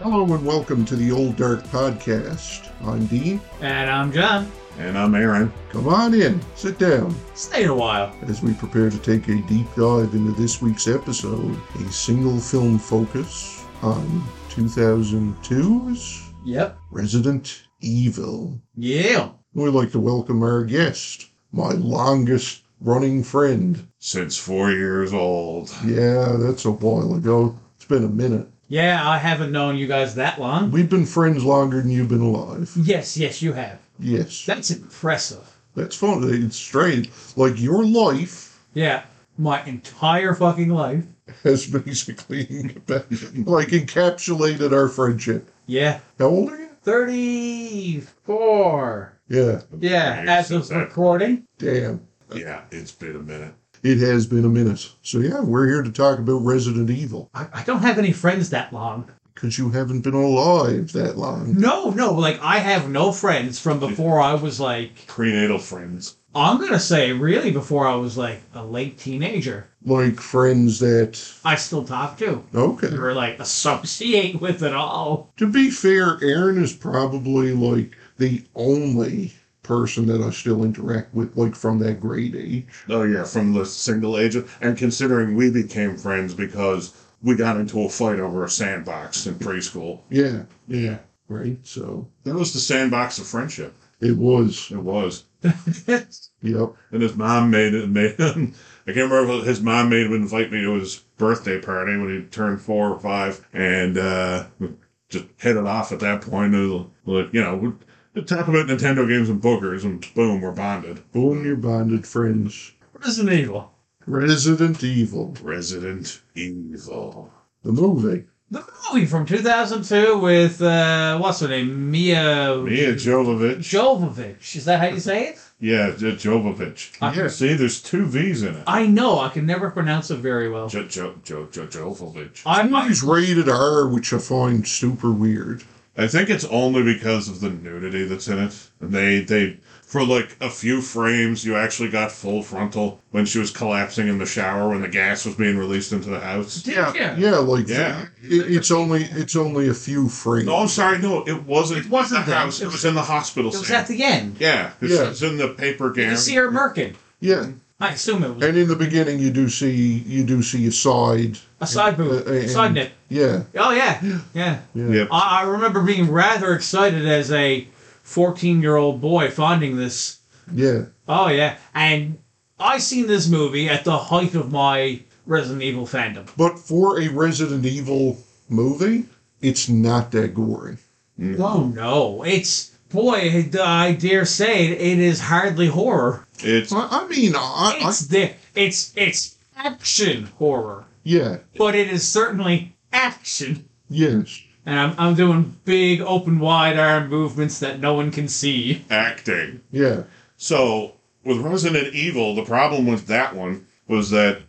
Hello and welcome to the Old Dark Podcast. I'm Dean. And I'm John. And I'm Aaron. Come on in, sit down Stay a while. as we prepare to take a deep dive into this week's episode a single film focus on 2002's Yep. Resident Evil. Yeah. We'd like to welcome our guest, my longest running friend. Since four years old. Yeah, that's a while ago. It's been a minute. Yeah, I haven't known you guys that long. We've been friends longer than you've been alive. Yes, yes, you have. Yes. That's impressive. That's fun. It's strange. Like your life Yeah. My entire fucking life. has basically like encapsulated our friendship. Yeah. How old are you? 34. Yeah, Yeah, Okay, as so of that- recording. damn. Yeah, it's been a minute. It has been a minute. So yeah, we're here to talk about Resident Evil I, I don't have any friends that long. because you haven't been alive that long. No, no, like I have no friends from before I was like, Prenatal friends. I'm going to say really before I was like a late teenager. Like friends that I still talk to okay. or like associate with at all. To be fair, Aaron is probably like the only person that I still interact with, like from that grade age. Oh, yeah, from the single age. of- And considering we became friends because we got into a fight over a sandbox in preschool. Yeah, yeah, right. So That was the sandbox of friendship. it was. It was. Yep. And his mom made it. Made him, I can't remember if his mom made him invite me to his birthday party when he turned four or five, and uh, just hit it off at that point. It was like you know, we talk about Nintendo games and bookers, and boom, we're bonded. Boom, you're bonded friends. Resident Evil. Resident Evil, Resident Evil. the movie. The movie from 2002 with, uh, what's her name? Mia. Mia Jovovich. Jovovich. Is that how you say it? yeah, Jo- Jovovich. I- Yes. See, there's two V's in it. I know. I can never pronounce it very well. Jo- jo- jo- jo- Jovovich. I'm not. He's rated R, which I find super weird. I think it's only because of the nudity that's in it. And they they for like a few frames you actually got full frontal when she was collapsing in the shower when the gas was being released into the house. Yeah. yeah, like Yeah. It, it's only it's only a few frames. No, I'm sorry, no, it wasn't. It wasn't the that. house. It was in the hospital It was scene. at the end. yeah, it's, Yeah. it's in the paper You gown. see her murking. Yeah, I assume it was and in the beginning you do see you do see a side. a side boob, Uh, and- a side nip. Yeah, Oh, yeah. Yeah. yeah, Yep. I, I remember being rather excited as a 14 year old boy finding this yeah. Oh yeah, and I seen this movie at the height of my Resident Evil fandom. But for a Resident Evil movie, it's not that gory. Mm. Oh no, it's boy, I dare say it, it is hardly horror. It's I, I mean, Uh-uh. I, I It's the it's it's action horror, yeah, but it is certainly action. yes, And I'm, I'm doing big open wide arm movements that no one can see. acting. yeah, So with Resident Evil, the problem with that one was that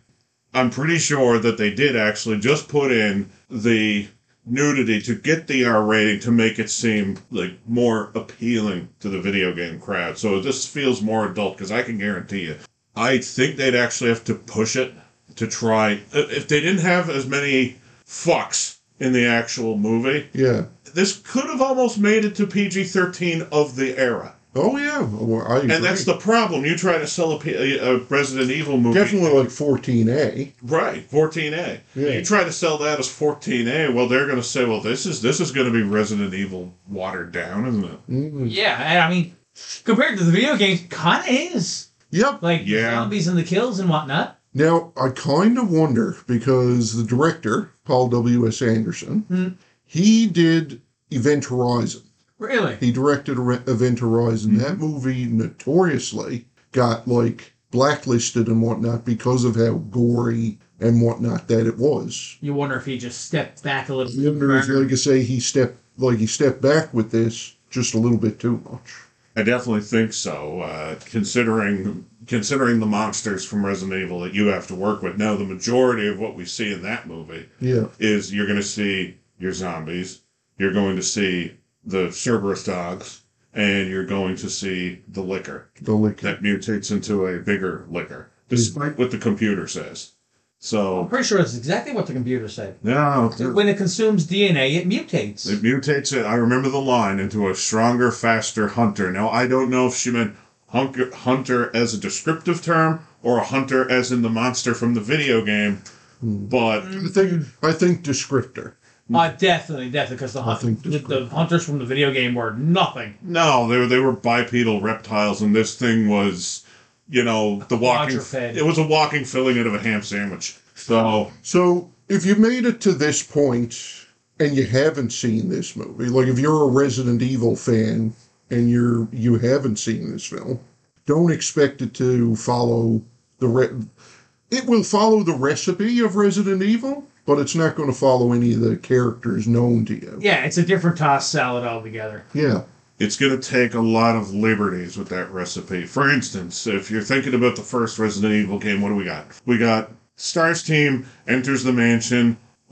I'm pretty sure that they did actually just put in the nudity to get the R rating to make it seem like more appealing to the video game crowd. So this feels more adult because I can guarantee you, I think they'd actually have to push it to try. i- If they didn't have as many fucks in the actual movie, yeah. this could have almost made it to PG 13 of the era. Oh yeah, well, I agree. And that's the problem. You try to sell a, P- a a Resident Evil movie. definitely like 14A. Right, 14A. Yeah. You try to sell that as 14A, well, they're going to say, well, this is this is going to be Resident Evil watered down, isn't it? Mm. Yeah, and I mean, compared to the video games, kind of is Yep. like Yeah. zombies and the kills and whatnot. Now, I kind of wonder because the director, Paul W.S. Anderson, Hmm. he did Event Horizon. Really. He directed Re- Event Horizon. That movie notoriously got like blacklisted and whatnot because of how gory and whatnot that it was. You wonder if he just stepped back a little I wonder if, like I say, he stepped like he stepped back with this just a little bit too much. I definitely think so. Uh, considering considering the monsters from Resident Evil that you have to work with now, the majority of what we see in that movie Yeah, is you're going to see your zombies, you're going to see the Cerberus dogs, and you're going to see the liquor. the lick. Hmm. that mutates into a bigger liquor, despite what the computer says. I'm So pretty sure that's exactly what the computer said. yeah, It- they're- When it consumes DNA, it mutates. It mutates it. I remember the line into a stronger, faster hunter. Now I don't know if she meant hunker, hunter as a descriptive term or a hunter as in the monster from the video game, but I think I think descriptor. Uh, definitely, definitely, because the, hunt, think the, this the could- hunters from the video game were nothing. no, they were they were bipedal reptiles, and this thing was, you know, the walking. Quadruped. It was a walking filling out of a ham sandwich. So So if you made it to this point and you haven't seen this movie, like if you're a Resident Evil fan and you're you haven't seen this film, don't expect it to follow the re- it will follow the recipe of Resident Evil, but it's not going to follow any of the characters known to you. Yeah, it's a different tossed salad altogether. Yeah. it's going to take a lot of liberties with that recipe. For instance, if you're thinking about the first Resident Evil game, what do we got? We got Star's team enters the mansion,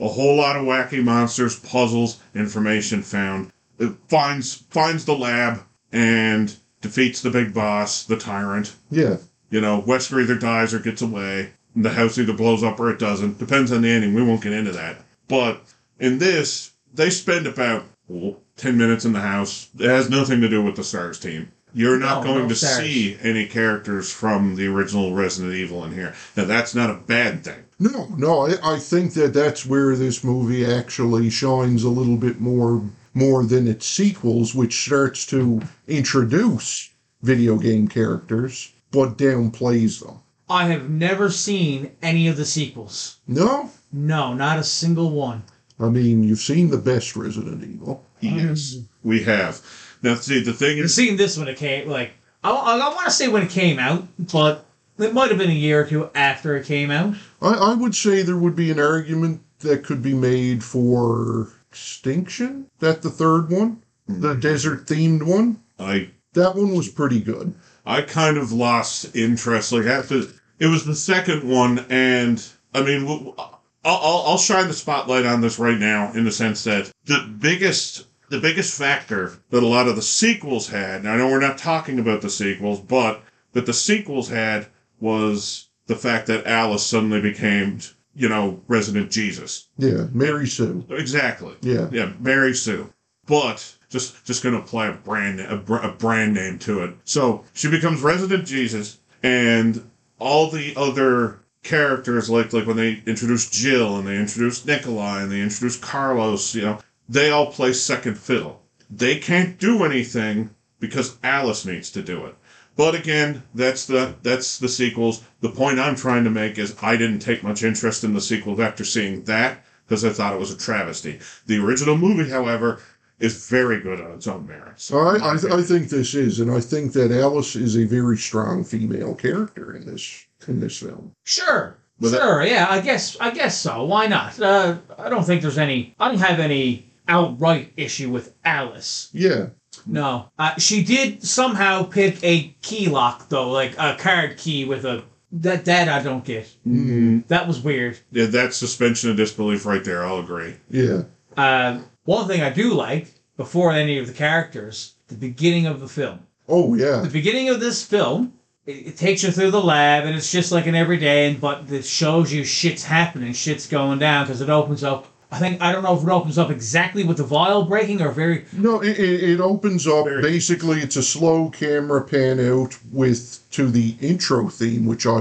a whole lot of wacky monsters, puzzles, information found. It finds finds the lab and defeats the big boss, the tyrant. Yeah. You know, Wesker either dies or gets away. and The house either blows up or it doesn't. Depends on the ending. We won't get into that. But in this, they spend about oh, 10 minutes in the house. It has nothing to do with the SARS team. You're not No, going no to SARS. see any characters from the original Resident Evil in here. Now, that's not a bad thing. No, no, I, I think that that's where this movie actually shines a little bit more more than its sequels, which starts to introduce video game characters but downplays them. I have never seen any of the sequels. No, No, not a single one. I mean you've seen the best Resident Evil. Yes, we have. Now, see, the thing I've is, seen Mm-hmm. this when it came, like, I, I, I want to say when it came out, but it might have been a year or two after it came out. I, I would say there would be an argument that could be made for Extinction, that the third one, the desert themed one. I That one was pretty good. I kind of lost interest. Like after it was the second one, and I mean, w- I'll, I'll I'll shine the spotlight on this right now in the sense that the biggest the biggest factor that a lot of the sequels had. And I know we're not talking about the sequels, but that the sequels had was the fact that Alice suddenly became you know resident Jesus. Yeah, Mary Sue. Exactly. Yeah. Yeah, Mary Sue. But just just gonna apply a brand a, br- a brand name to it. So she becomes Resident Jesus, and all the other characters, like like when they introduce Jill and they introduce Nikolai and they introduce Carlos, you know, they all play second fiddle. They can't do anything because Alice needs to do it. But again, that's the that's the sequels. The point I'm trying to make is I didn't take much interest in the sequels after seeing that because I thought it was a travesty. The original movie, however, is very good on its own merits. So I, I, I think this is, and I think that Alice is a very strong female character in this in this film. Sure. Was that- sure, yeah, I guess I guess so. Why not? Uh, I don't think there's any I don't have any outright issue with Alice. Yeah, No. Uh, she did somehow pick a key lock though, like a card key with a that that I don't get. Mm, That was weird. yeah, that's suspension of disbelief right there. I'll agree. yeah, Uh, one thing I do like before any of the characters, the beginning of the film. oh yeah, the beginning of this film, it, it takes you through the lab, and it's just like an everyday, and but it shows you shit's happening, shit's going down, because it opens up. I think I don't know if it opens up exactly with the vial breaking or very. no, it, it, it opens up. Very- Basically, it's a slow camera pan out with to the intro theme, which I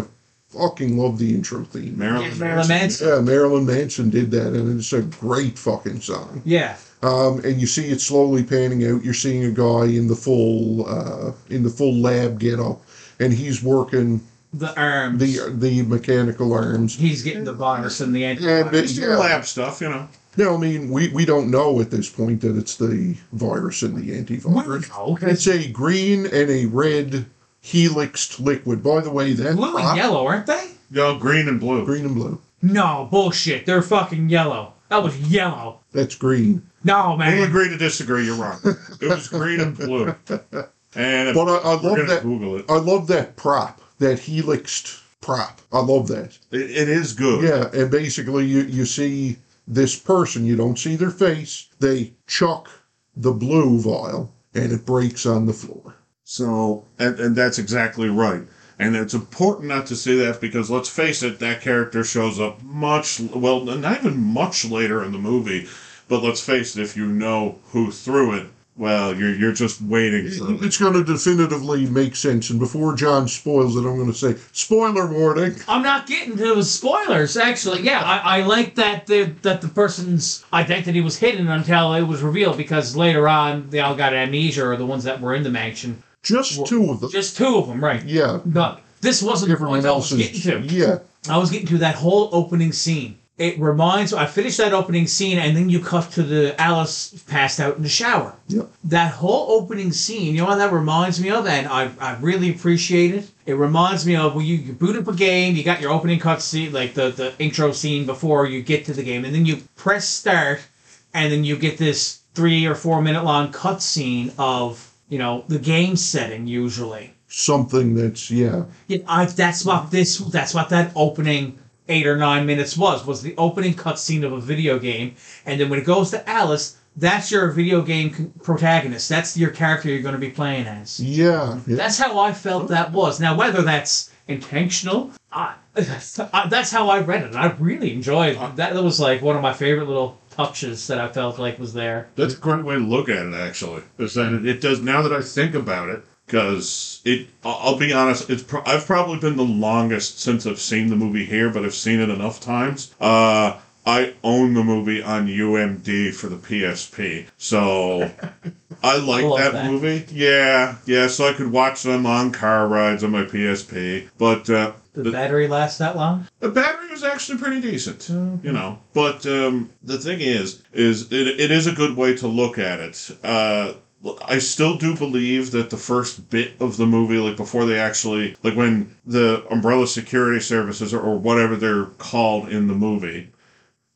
fucking love the intro theme. Marilyn, Yeah, Marilyn Manson. Yeah, Marilyn Manson did that, and it's a great fucking song. Yeah, Um, and you see it slowly panning out. You're seeing a guy in the full uh, in the full lab get up, and he's working the arms. the uh, the mechanical arms. He's getting the virus in the end. Yeah, but- Just Yeah. lab stuff, you know. No, I mean we, we don't know at this point that it's the virus and the antivirus. It's a green and a red helixed liquid. By the way, that blue and prop- yellow, aren't they? No, green and blue. green and blue. No bullshit. They're fucking yellow. That was yellow. That's green. No We'll man. agree to disagree. You're wrong. It was green and blue. And But I, I love we're gonna that. Google it. I love that prop. That helixed prop. I love that. it. It is good. Yeah, and basically you you see this person. You don't see their face. They chuck the blue vial, and it breaks on the floor. So, and, and that's exactly right. And it's important not to say that because let's face it, that character shows up much, well, not even much later in the movie. But let's face it, if you know who threw it, well, you're, you're just waiting for it. It's going to definitively make sense. And before John spoils it, I'm going to say spoiler warning. I'm not getting to the spoilers, actually. Yeah, I, I like that the, that the person's identity was hidden until it was revealed because later on they all got amnesia or the ones that were in the mansion. Just two of them. Just two of them, right? yeah. But this wasn't the point Everyone I else was is. getting to. Yeah. I was getting to that whole opening scene. It reminds I finished that opening scene and then you cut to the Alice passed out in the shower. Yep. That whole opening scene, you know what that reminds me of, and I, I really appreciate it. It reminds me of when you, you boot up a game, you got your opening cutscene, like the, the intro scene before you get to the game, and then you press start, and then you get this three or four minute long cutscene of, you know, the game setting usually. Something that's, yeah. Yeah, I, that's what this. That's what that opening eight or nine minutes was. Was the opening cutscene of a video game, and then when it goes to Alice, that's your video game con- protagonist. That's your character you're going to be playing as. Yeah. yeah. That's how I felt that was. Now whether that's intentional, I, I, that's how I read it. and I really enjoyed that. That was like one of my favorite little touches that I felt like was there. That's a great way to look at it, actually. Is that it, it does now that I think about it, because it. I- I'll be honest. It's pro- I've probably been the longest since I've seen the movie here, but I've seen it enough times. Uh, I own the movie on UMD for the PSP, so I like Love that, that. movie. Yeah, yeah. So I could watch them on car rides on my PSP, but uh, The, the- battery lasts that long? the battery was actually pretty decent, you know. But um, the thing is, is it, it is a good way to look at it. Uh, I still do believe that the first bit of the movie, like before they actually, like when the umbrella security services or, or whatever they're called in the movie,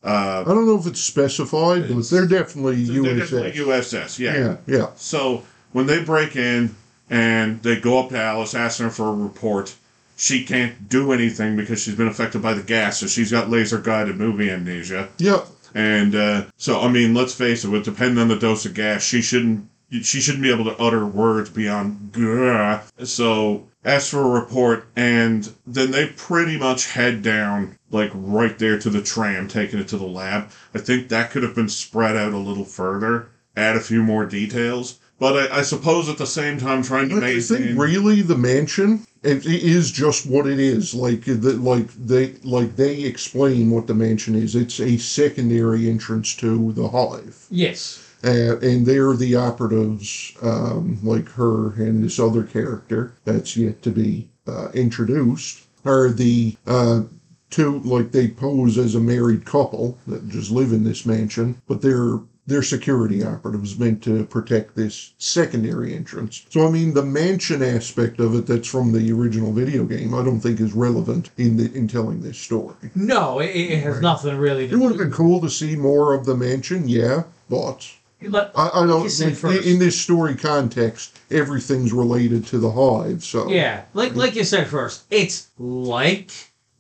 uh, I don't know if it's specified, but they're definitely they're USS. definitely USS, yeah. Yeah. so when they break in and they go up to Alice, asking her for a report, she can't do anything because she's been affected by the gas, so she's got laser guided movie amnesia. Yeah. And uh, so, I mean, let's face it, with depending on the dose of gas, she shouldn't she shouldn't be able to utter words beyond "grr." So, ask for a report, and then they pretty much head down, like right there to the tram, taking it to the lab. I think that could have been spread out a little further, add a few more details. But I, I suppose at the same time, trying to But I think maintain. really the mansion it, it is just what it is. Like the, like they like they explain what the mansion is. It's a secondary entrance to the hive, Yes. uh, and they're the operatives, um, like her and this other character that's yet to be uh, introduced, are the uh, two like they pose as a married couple that just live in this mansion, but they're they're security operatives meant to protect this secondary entrance. So I mean the mansion aspect of it that's from the original video game I don't think is relevant in the in telling this story. No, it, it has nothing really It to would have been cool to see more of the mansion, yeah, but Let- I, I don't Kissing think in this story context everything's related to the hive, so Yeah, like like you said first, it's like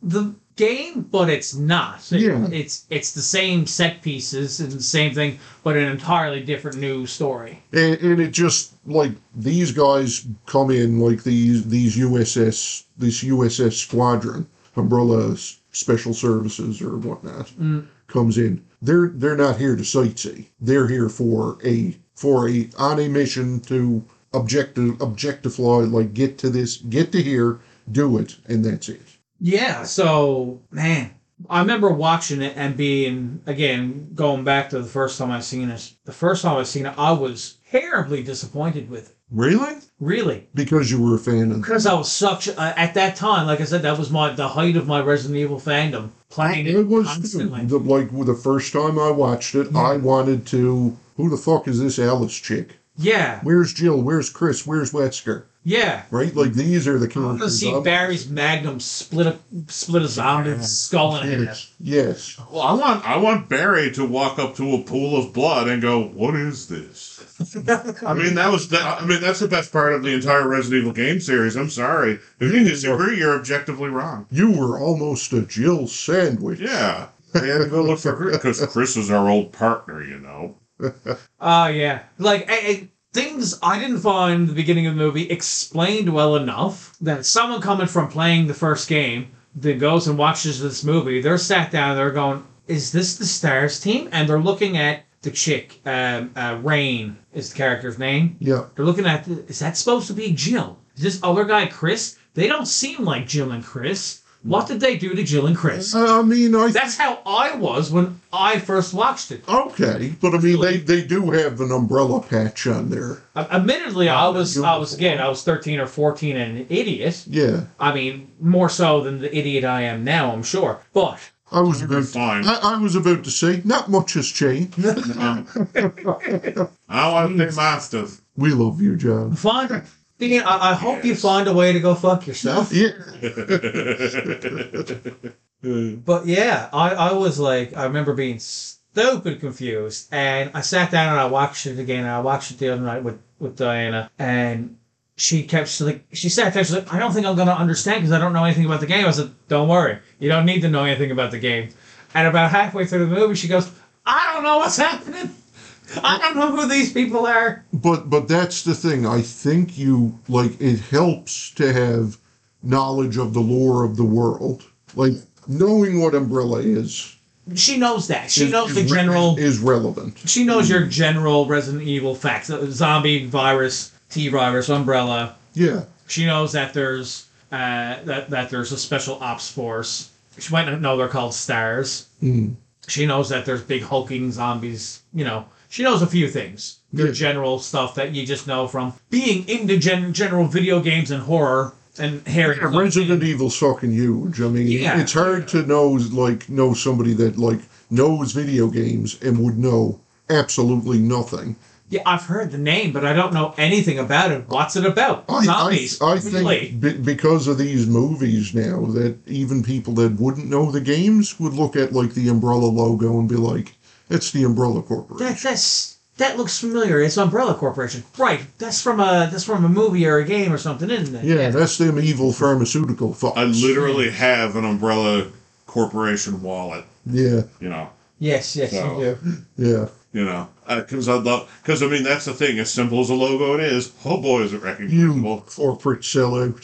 the game, but it's not. It- Yeah. It's it's the same set pieces and the same thing, but an entirely different new story. and, and it just like these guys come in like these these USS this USS squadron umbrella S- special services or whatnot Mm. comes in they're they're not here to sightsee they're here for a for a on a mission to objective objectify like get to this get to here do it and that's it Yeah. So man, I remember watching it and being again going back to the first time I seen it. The first time I seen it, I was terribly disappointed with it. really? Really. because you were a fan of Because I was such uh, at that time, like I said, that was my the height of my Resident Evil fandom. Playing it, It was constantly. Mm-hmm. the, like the first time I watched it, I wanted to. Who the fuck is this Alice chick? yeah, Where's Jill? Where's Chris? Where's Wesker? yeah. Right? Like these are the I'm gonna characters. see I'm- Barry's Magnum split a split a zombie skull in half. Yes. Yes. Well, I want I want Barry to walk up to a pool of blood and go, "What is this?" I mean, that was the, I mean, that's the best part of the entire Resident Evil game series. I'm sorry, if you disagree, you're objectively wrong. You were almost a Jill sandwich. Yeah, I had to go look for Chris because Chris is our old partner, you know. Oh yeah, Ah, like I, I, things I didn't find the beginning of the movie explained well enough that someone coming from playing the first game that goes and watches this movie, they're sat down, they're going, "Is this the Stars team?" And they're looking at the chick, um, uh, Rain is the character's name. Yeah. They're looking at, the, is that supposed to be Jill? Is this other guy Chris? They don't seem like Jill and Chris. What did they do to Jill and Chris? I mean, I That's how I was when I first watched it. okay, but I mean, they they do have an umbrella patch on there. Uh, Admittedly, I was you're I was again I was thirteen or fourteen and an idiot. Yeah, I mean, more so than the idiot I am now, I'm sure. But I was You're about fine. I, I was about to say not much has changed. Um, I want to be monsters. we love you, John. find, Dean, I, I hope you Yes. find a way to go fuck yourself. Yeah, But yeah, I, I was like, I remember being stupid confused, and I sat down and I watched it again. And I watched it the other night with with Diana, and she kept she's like she sat there. She's like, I don't think I'm gonna understand because I don't know anything about the game. I said, Don't worry, you don't need to know anything about the game. And about halfway through the movie, she goes, I don't know what's happening. I don't know who these people are. but but that's the thing. I think you like it helps to have knowledge of the lore of the world, like knowing what umbrella is. She knows that. She is- knows is the re- general. is relevant. She knows your general Resident Evil facts: uh, zombie virus, T virus, umbrella. Yeah, She knows that there's uh, that that there's a special ops force. She might not know they're called stars. Mm. She knows that there's big hulking zombies. You know, she knows a few things. Your Yeah. general stuff that you just know from being into gen- general video games and horror and Harry. Yeah, Resident Evil's fucking huge. I mean, Yeah. it's hard to know like know somebody that like knows video games and would know absolutely nothing. Yeah, I've heard the name, but I don't know anything about it. What's it about? I, Zombies. I, I think really. be- because of these movies now, that even people that wouldn't know the games would look at like the Umbrella logo and be like, "It's the Umbrella Corporation." That that's that looks familiar. It's Umbrella Corporation, right? That's from a that's from a movie or a game or something, isn't it? yeah, that's them evil pharmaceutical fucks. I literally have an umbrella corporation wallet. yeah, You know. Yes, yes. So- yeah. yeah. You know, because I love because I mean that's the thing. As simple as a logo it is, oh boy, is it You recognizable. corporate sellout.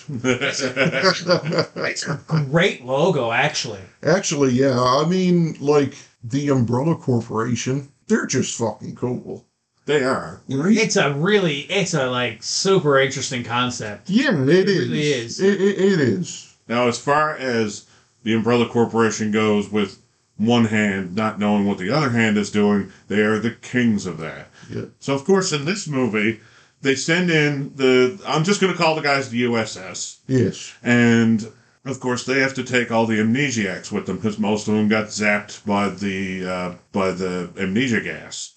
Great logo, actually. Actually, yeah. I mean, like the Umbrella Corporation, they're just fucking cool. they are. Right? It's a really, it's a like super interesting concept. yeah, it is. really is. It, it, it is. Now, as far as the umbrella corporation goes, with one hand not knowing what the other hand is doing, they are the kings of that. Yeah. So, of course, in this movie, they send in the. I'm just going to call the guys the USS, Yes. and of course, they have to take all the amnesiacs with them because most of them got zapped by the uh, by the amnesia gas.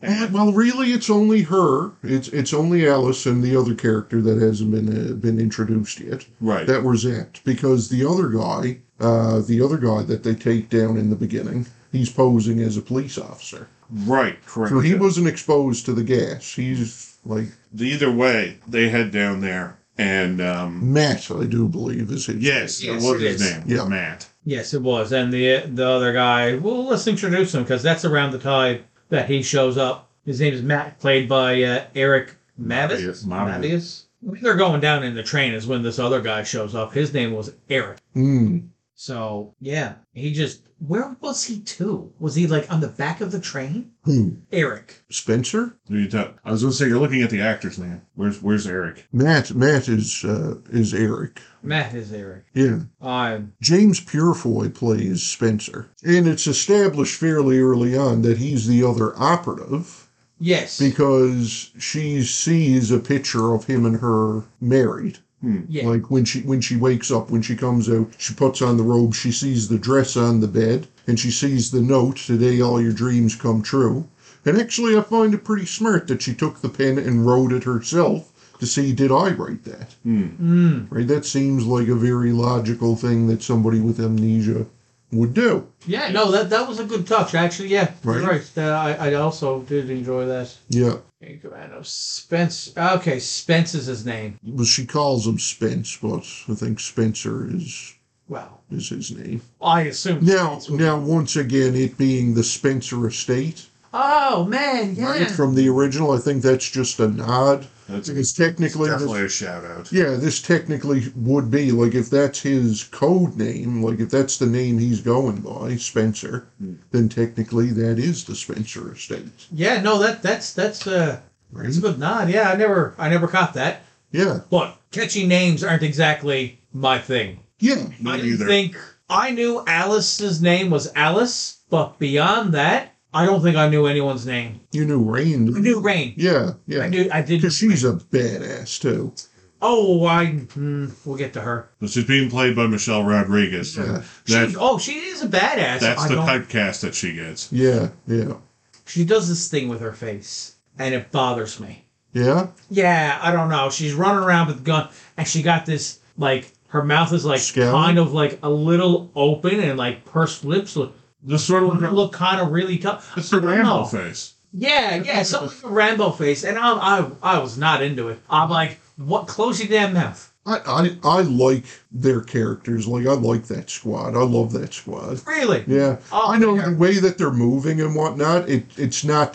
And, Eh, well, really, it's only her. It's it's only Alice and the other character that hasn't been uh, been introduced yet. Right. That were zapped because the other guy, uh, the other guy that they take down in the beginning, he's posing as a police officer. right. Correct. So he wasn't exposed to the gas. He's like Either way, they head down there, and um, Matt, I do believe, is his. yes, Yes, what was it his is. name? Yeah. Matt. Yes, it was. And the the other guy. Well, let's introduce him because that's around the time that he shows up. His name is Matt, played by uh, Eric Mavis. Mavius. Mavius. When They're going down in the train is when this other guy shows up. His name was Eric. Mm. So yeah, he just where was he too? Was he like on the back of the train? Who? Eric. Hmm. Spencer? Who you talk- I was gonna say you're looking at the actor's name. Where's Where's Eric? Matt. Matt is uh, is Eric. Matt is Eric. Yeah. I'm James Purefoy plays Spencer, and it's established fairly early on that he's the other operative. yes. because she sees a picture of him and her married. yeah. Like when she when she wakes up, when she comes out, she puts on the robe, she sees the dress on the bed, and she sees the note, "Today all your dreams come true." And actually, I find it pretty smart that she took the pen and wrote it herself to see did I write that. mm, Right? That seems like a very logical thing that somebody with amnesia would do. yeah. No, that that was a good touch actually. Yeah. Right. Right. right. Uh, I I also did enjoy that. Yeah. Hey, Commando Spence. Okay, Spence is his name. Well, she calls him Spence, but I think Spencer is Well, is his name. I assume. Now, now, once again, it being the Spencer estate, Oh man, yeah. right from the original. I think that's just a nod. That's Because technically, this- definitely a shout out. yeah, this technically would be like if that's his code name, like if that's the name he's going by, Spencer, then technically that is the Spencer estate. Yeah, no, that that's that's uh Right? that's a good nod. Yeah, I never I never caught that. Yeah, Look, catchy names aren't exactly my thing. yeah, Me I didn't neither. think I knew Alice's name was Alice, but beyond that, I don't think I knew anyone's name. you knew Rain. I knew Rain. Yeah, I yeah. knew I did. Because she's a badass too. Oh, I hmm, we'll get to her. But she's being played by Michelle Rodriguez. so Yeah. That, She, oh, she is a badass. that's I the don't- typecast that she gets. Yeah, yeah, She does this thing with her face, and it bothers me. yeah. Yeah, I don't know. She's running around with the gun, and she got this like her mouth is like Scowl? kind of like a little open and like pursed lips look This sort of look kind of really tough. it's the I don't Rambo know. face. Yeah, yeah, something like a Rambo face, and I'm, I I was not into it. I'm like, what? Close your damn mouth. I, I I like their characters. Like I like that squad. I love that squad. Really? Yeah, Oh, I know yeah. the way that they're moving and whatnot. It it's not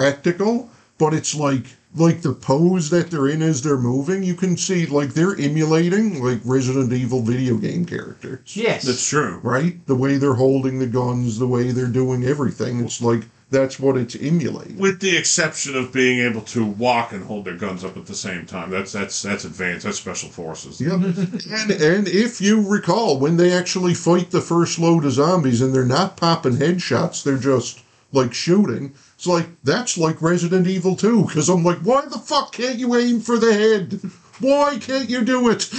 practical, but it's like like the pose that they're in as they're moving. You can see like they're emulating like Resident Evil video game characters, Yes. That's true. right? The way they're holding the guns, the way they're doing everything. It's like that's what it's emulating. With the exception of being able to walk and hold their guns up at the same time. That's that's that's advanced. That's special forces. Yeah, and and if you recall, when they actually fight the first load of zombies, and they're not popping headshots, they're just like shooting. It's like that's like Resident Evil 2, because I'm like, why the fuck can't you aim for the head? Why can't you do it?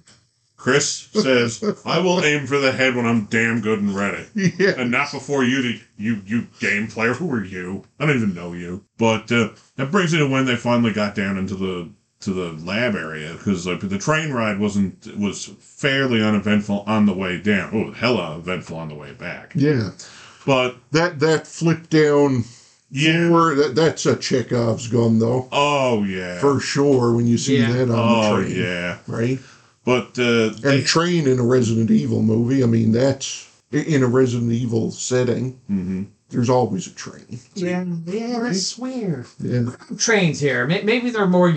Chris says, "I will aim for the head when I'm damn good and ready, yeah, and not before you. Did you you game player? Who are you? I don't even know you." But uh, that brings me to when they finally got down into the to the lab area because like, the train ride wasn't was fairly uneventful on the way down. Oh, hella eventful on the way back. yeah. But That that flip down yeah, door, that, that's a Chekhov's gun though, oh yeah, for sure. When you see Yeah. that on oh the train, yeah. right? But uh, And they- train in a Resident Evil movie. I mean, that's in a Resident Evil setting. Mhm. There's always a train. yeah, yeah, that's weird. Yeah, Trains here. May- Maybe they're more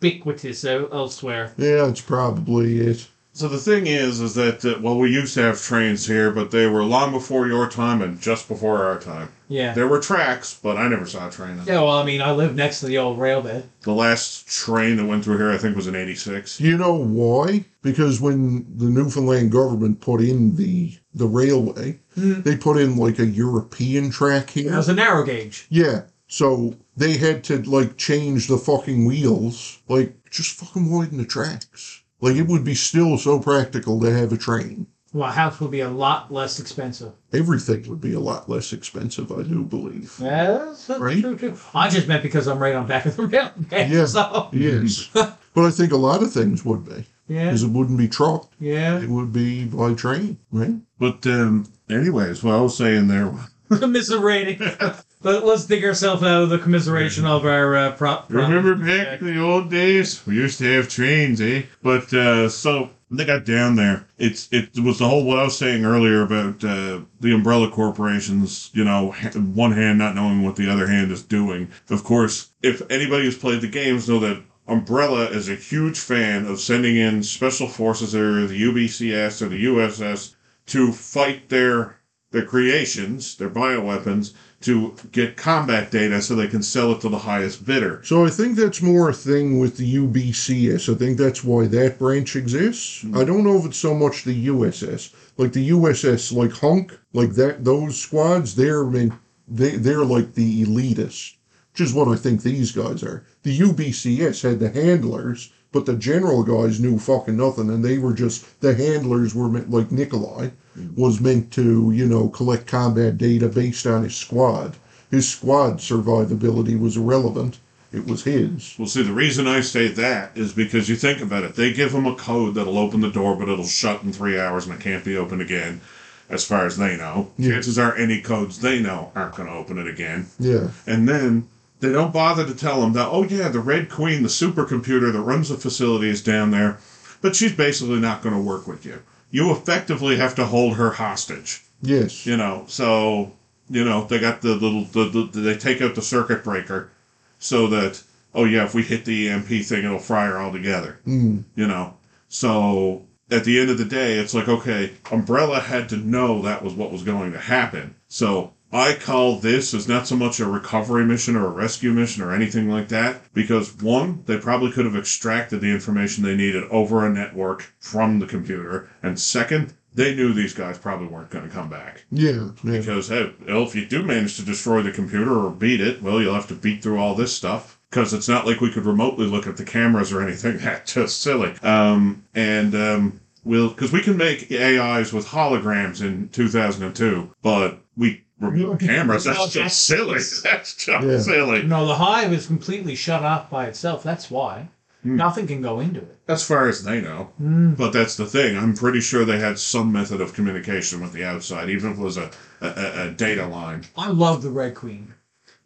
ubiquitous el- elsewhere. yeah, it's probably it. So the thing is, is that uh, well, we used to have trains here, but they were long before your time and just before our time. Yeah. There were tracks, but I never saw a train. yeah. Well, I mean, I live next to the old rail bed. The last train that went through here, I think, was in '86. You know why? Because when the Newfoundland government put in the the railway, Mm. they put in like a European track It here. was a narrow gauge. Yeah, so they had to like change the fucking wheels, like just fucking widen the tracks. Like it would be still so practical to have a train. Well, a house would be a lot less expensive. Everything would be a lot less expensive, I do believe. Yeah, that's that's Right? true too. I just meant because I'm right on back of the rail bed. Yeah. So. Yes, but I think a lot of things would be Yeah. because it wouldn't be trucked. Yeah. It would be by train, right? But um, anyways, what I was saying there, commiserating. Let, us dig ourselves out of the commiseration of our uh, prop. prop- remember back in the old days, we used to have trains, eh? But uh, so they got down there. It's it was the whole what I was saying earlier about uh, the umbrella corporations. You know, ha- one hand not knowing what the other hand is doing. Of course, if anybody who's played the games know that. Umbrella is a huge fan of sending in special forces or the UBCS or the USS to fight their their creations, their bioweapons, to get combat data so they can sell it to the highest bidder. So I think that's more a thing with the UBCS. I think that's why that branch exists. I don't know if it's so much the USS. Like the USS, like Hunk, like that those squads, they're I mean, they they're like the elitist, which is what I think these guys are. The UBCS had the handlers, but the general guys knew fucking nothing, and they were just the handlers were meant like Nikolai was meant to you know collect combat data based on his squad. His squad survivability was irrelevant. It was his. Well, see, the reason I say that is because you think about it. They give them a code that'll open the door, but it'll shut in three hours and it can't be opened again, as far as they know. Yeah. Chances are any codes they know aren't going to open it again. Yeah. And then they don't bother to tell them that, oh, yeah, the Red Queen, the supercomputer that runs the facility is down there, but she's basically not going to work with you. You effectively have to hold her hostage, Yes. you know, so. You know, they got the little the, the they take out the circuit breaker, so that oh yeah, if we hit the EMP thing, it'll fry her all together. Mm. You know, so at the end of the day, it's like okay, Umbrella had to know that was what was going to happen. So I call this as not so much a recovery mission or a rescue mission or anything like that because one, they probably could have extracted the information they needed over a network from the computer, and second. They knew these guys probably weren't going to come back. Yeah. Yeah. Because hey, well, if you do manage to destroy the computer or beat it, well, you'll have to beat through all this stuff. Because it's not like we could remotely look at the cameras or anything. That's just silly. Um, and um, we'll because we can make AIs with holograms in 2002, but we remote cameras. No, That's that's- just silly. That's just Yeah. silly. No, the hive is completely shut off by itself. That's why Hmm. nothing can go into it. As far as they know. Mm. But that's the thing. I'm pretty sure they had some method of communication with the outside, even if it was a, a, a, a data line. I love the Red Queen.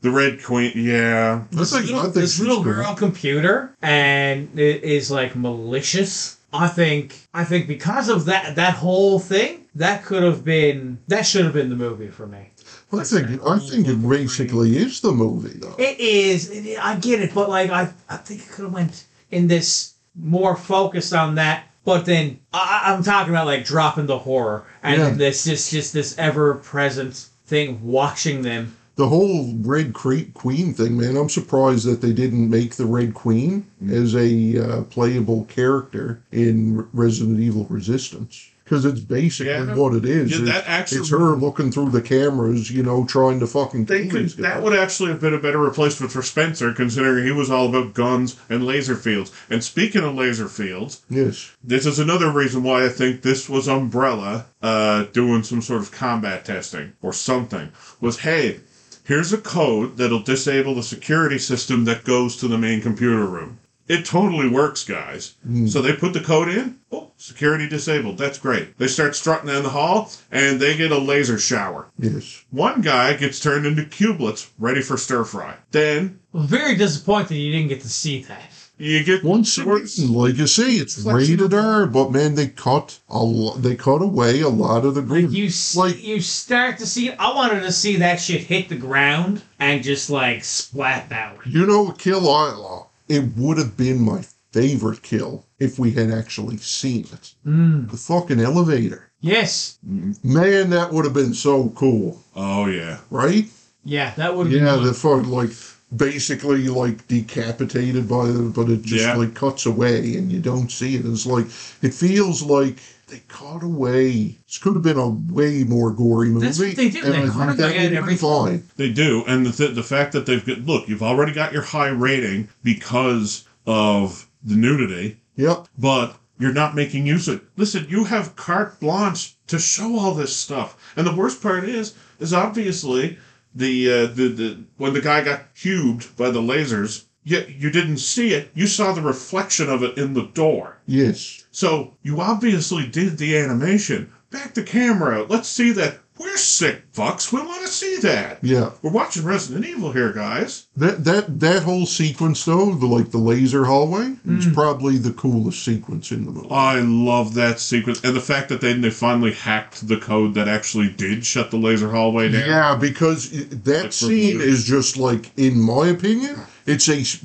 The Red Queen, yeah. I think, little, I think this she's little cool. girl computer and it is like malicious. I think I think because of that that whole thing that could have been that should have been the movie for me. I think I think it basically is the movie though. It is. It, it- I get it, but like I, I think it could have went in this more focused on that. But then I, I- I'm talking about like dropping the horror and Yeah. this just just this ever present thing watching them. The whole Red Creek Queen thing, man. I'm surprised that they didn't make the Red Queen as a uh, playable character in R- Resident Evil Resistance because it's basically Yeah. what it is. Yeah, it's, that actually- it's her looking through the cameras, you know, trying to fucking They kill could, these guys. that would actually have been a better replacement for Spencer, considering he was all about guns and laser fields. And speaking of laser fields, yes. this is another reason why I think this was Umbrella uh, doing some sort of combat testing or something. Was hey, here's a code that'll disable the security system that goes to the main computer room. It totally works, guys. So they put the code in. Oh, security disabled. That's great. They start strutting down the hall, and they get a laser shower. Yes. One guy gets turned into cubelets, ready for stir fry. Then Very disappointed you didn't get to see that. you get Once Or- again, like you say, it's Reflection rated of- R, but man, they cut a lo- they cut away a lot of the Like grim. you, s Like- you start to see. I wanted to see that shit hit the ground and just like splat out. You know, Kill Isla, it would have been my favorite kill if we had actually seen it. Mm. The fucking elevator. Yes. Man, that would have been so cool, Oh yeah. right? Yeah, that would. Yeah, the fuck, like, basically, like, decapitated by the, but it just, Yeah. like, cuts away and you don't see it. It's like, it feels like they cut away. This could have been a way more gory movie. That's what they do. They cut away would've at been every- fine. They do, and the th- the fact that they've got look, you've already got your high rating because of the nudity, Yep. but you're not making use of. Listen, you have carte blanche to show all this stuff, and the worst part is, is obviously the uh, the the when the guy got cubed by the lasers, yet you didn't see it. You saw the reflection of it in the door. Yes. So you obviously did the animation. Back the camera. out. Let's see that. We're sick fucks. We want to see that. Yeah. We're watching Resident Evil here, guys. That that that whole sequence though, the, like the laser hallway, Mm. is probably the coolest sequence in the movie. I love that sequence and the fact that they they finally hacked the code that actually did shut the laser hallway down. yeah, because i- that Like, scene review. is just like, in my opinion, it's a s-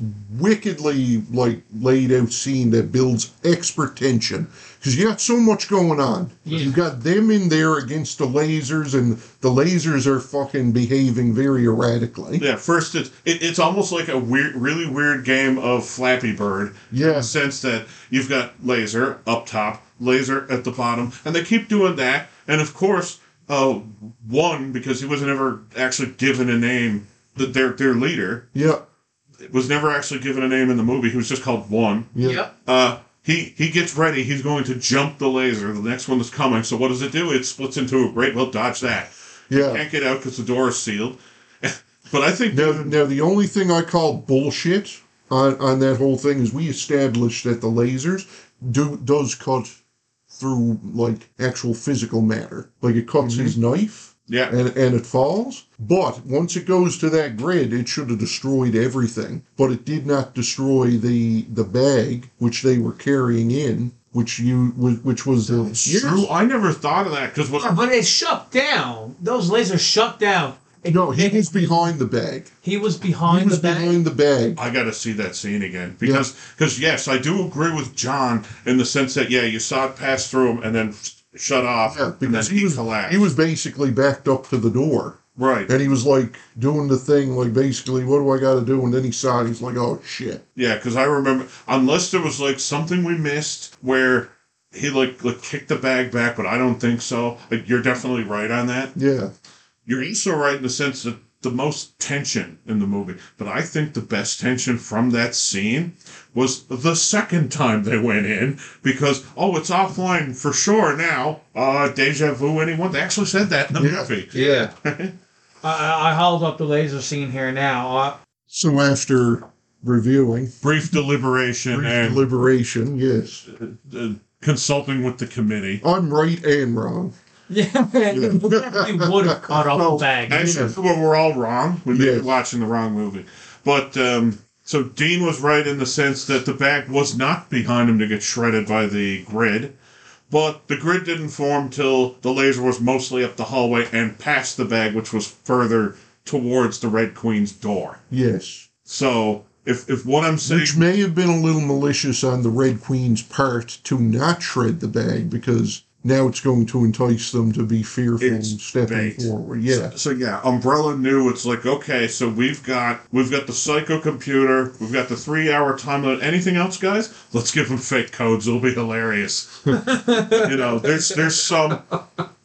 wickedly like laid out scene that builds expert tension because you got so much going on. Yeah. You got them in there against the lasers, and the lasers are fucking behaving very erratically. Yeah, first it's it, it's almost like a weird, really weird game of Flappy Bird. In the Yes. sense that you've got laser up top, laser at the bottom, and they keep doing that. And of course, uh, one because he was never actually given a name. That their their leader Yeah. was never actually given a name in the movie. He was just called One. Yeah. Yep. Uh, he he gets ready. He's going to jump the laser. The next one is coming. So what does it do? It splits into a great. Well, dodge that. Yeah. Can't get out because the door is sealed. but I think Now, now the only thing I call bullshit on, on that whole thing is we established that the lasers do does cut through like actual physical matter. Like it cuts Mm-hmm. his knife yeah. and, and it falls. But once it goes to that grid, it should have destroyed everything. But it did not destroy the the bag which they were carrying in, which you which which was the True. I never thought of that because what Yeah, but it shut down. Those lasers shut down No, he was behind the bag. He was He behind was the bag. behind the bag. I got to see that scene again because because yes, I do agree with John in the sense that yeah, you saw it pass through him and then shut off Yeah, and because then he was collapsed. he was basically backed up to the door, right. and he was like doing the thing, like basically, what do I got to do? And then he saw it. He's like, oh shit. Yeah, because I remember unless there was like something we missed where he like like kicked the bag back, but I don't think so. Like you're definitely right on that. Yeah, You're also right in the sense that the most tension in the movie, but I think the best tension from that scene was the second time they went in because oh, it's offline for sure now. Uh, deja vu, anyone? They actually said that in the Yeah. movie. yeah. I, I- I hold up the laser scene here now. Uh, So after reviewing, Brief deliberation brief and deliberation, yes, uh, consulting with the committee. I'm right and wrong. yeah, man, Yeah. you definitely would have cut off Well, the bag. Actually, well, we're all wrong. We may be Yes. watching the wrong movie. But um, so Dean was right in the sense that the bag was not behind him to get shredded by the grid. But the grid didn't form till the laser was mostly up the hallway and past the bag, which was further towards the Red Queen's door. Yes, So if, if what I'm saying, which may have been a little malicious on the Red Queen's part to not shred the bag because now it's going to entice them to be fearful It's and stepping bait. forward. Yeah, So yeah, Umbrella knew it's like okay, so we've got we've got the psycho computer, we've got the three hour time limit. Anything else, guys? Let's give them fake codes. It'll be hilarious. you know, there's there's some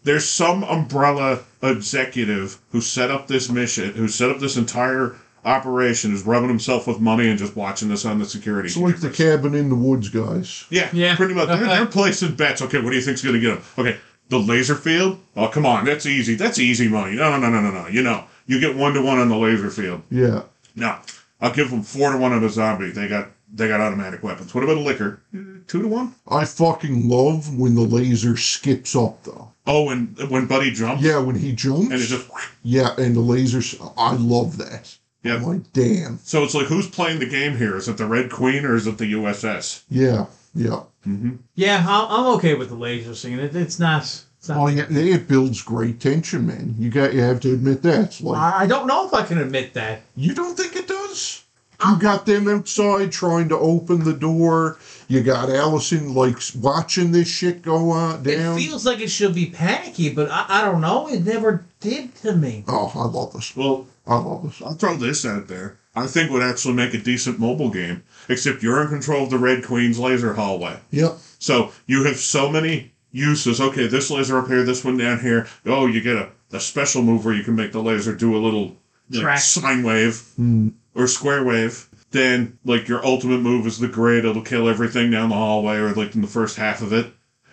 there's some Umbrella executive who set up this mission, who set up this entire operation, who's rubbing himself with money and just watching this on the security. it's like the cameras. cabin in the woods, guys. Yeah, Yeah. pretty much. They're, Okay. they're placing bets. Okay, what do you think's going to get them? Okay, the laser field? Oh, come on. That's easy. That's easy money. No, no, no, no, no, no. You know, you get one to one on the laser field. Yeah. No, I'll give them four to one on the zombie. They got they got automatic weapons. What about a liquor? Eh, Two to one? I fucking love when the laser skips up, though. Oh, and when Buddy jumps Yeah, when he jumps. and it's just. yeah, and the lasers. I love that. I'm Yeah. like, damn. So it's like, who's playing the game here? Is it the Red Queen or is it the USS? Yeah, yeah. Mm-hmm. Yeah, I, I'm okay with the laser scene. It, it's not. It's not Oh, yeah. It builds great tension, man. You got. You have to admit that. It's like, I, I don't know if I can admit that. you don't think it does? You got them outside trying to open the door. You got Allison like watching this shit go on down. It feels like it should be panicky, but I, I don't know. It never did to me. oh, I love this. Well, I love this. I'll throw this out there. I think would actually make a decent mobile game, except you're in control of the Red Queen's laser hallway. Yep. So you have so many uses. Okay, this laser up here, this one down here. Oh, you get a, a special move where you can make the laser do a little like, Track. sine wave Mm, or square wave. Then, like, your ultimate move is the grid. It'll kill everything down the hallway or, like, in the first half of it.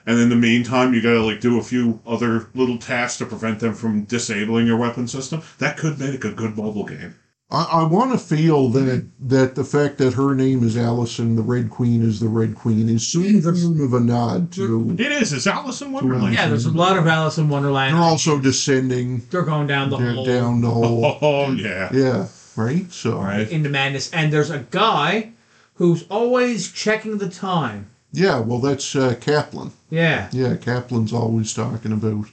And in the meantime, you gotta, like, do a few other little tasks to prevent them from disabling your weapon system. That could make a good mobile game. I, I want to feel that that the fact that her name is Allison, the Red Queen is the Red Queen, is some form of a nod to. It is. It's Alice in Wonderland. Yeah, there's a lot of Alice in They're Wonderland. also descending They're going down the they're hole down the hole. Oh, yeah. Yeah, right. So Right. into madness, and there's a guy who's always checking the time. yeah, well, that's uh, Kaplan. Yeah, Yeah, Kaplan's always talking about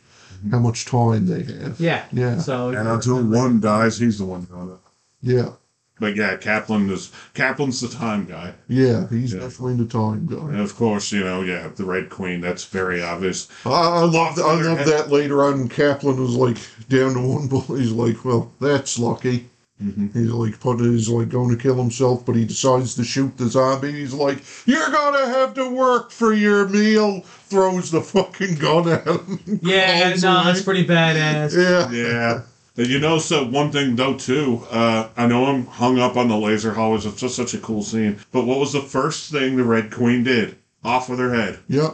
how much time they have. yeah, Yeah. So And until one dies, he's the one doing it. Yeah, But yeah, Kaplan is Kaplan's the time guy. yeah, he's Yeah. definitely the time guy. And of course, you know, yeah, the Red Queen, that's very obvious. I, I love I Other love hand- that later on. Kaplan was like down to one bullet. He's like, well, that's lucky. hmm He's like put he's like going to kill himself, but he decides to shoot the zombie. He's like, "You're gonna have to work for your meal." Throws the fucking gun at him. and yeah, crawls no, away. that's pretty badass. yeah, Yeah. And you know, so one thing though too, uh, I know I'm hung up on the laser hallways. It's just such a cool scene. But what was the first thing the Red Queen did? Off with her head, yeah,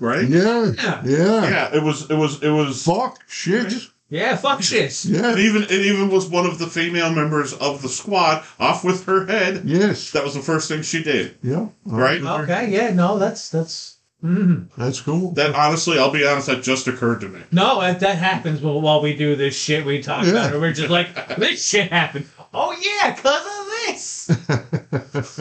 right? yeah, Yeah, yeah. Yeah, it was, it was, it was. Fuck shit. yeah, fuck this. It Yeah, even, it even was one of the female members of the squad. Off with her head. yes, That was the first thing she did. yeah. Right? Okay, yeah, no, that's that's. mhm. That's cool. That honestly, I'll be honest, that just occurred to me. No, that, that happens while, while we do this shit. We talk Yeah. about it. We're just like, this shit happened. Oh yeah, cause of this.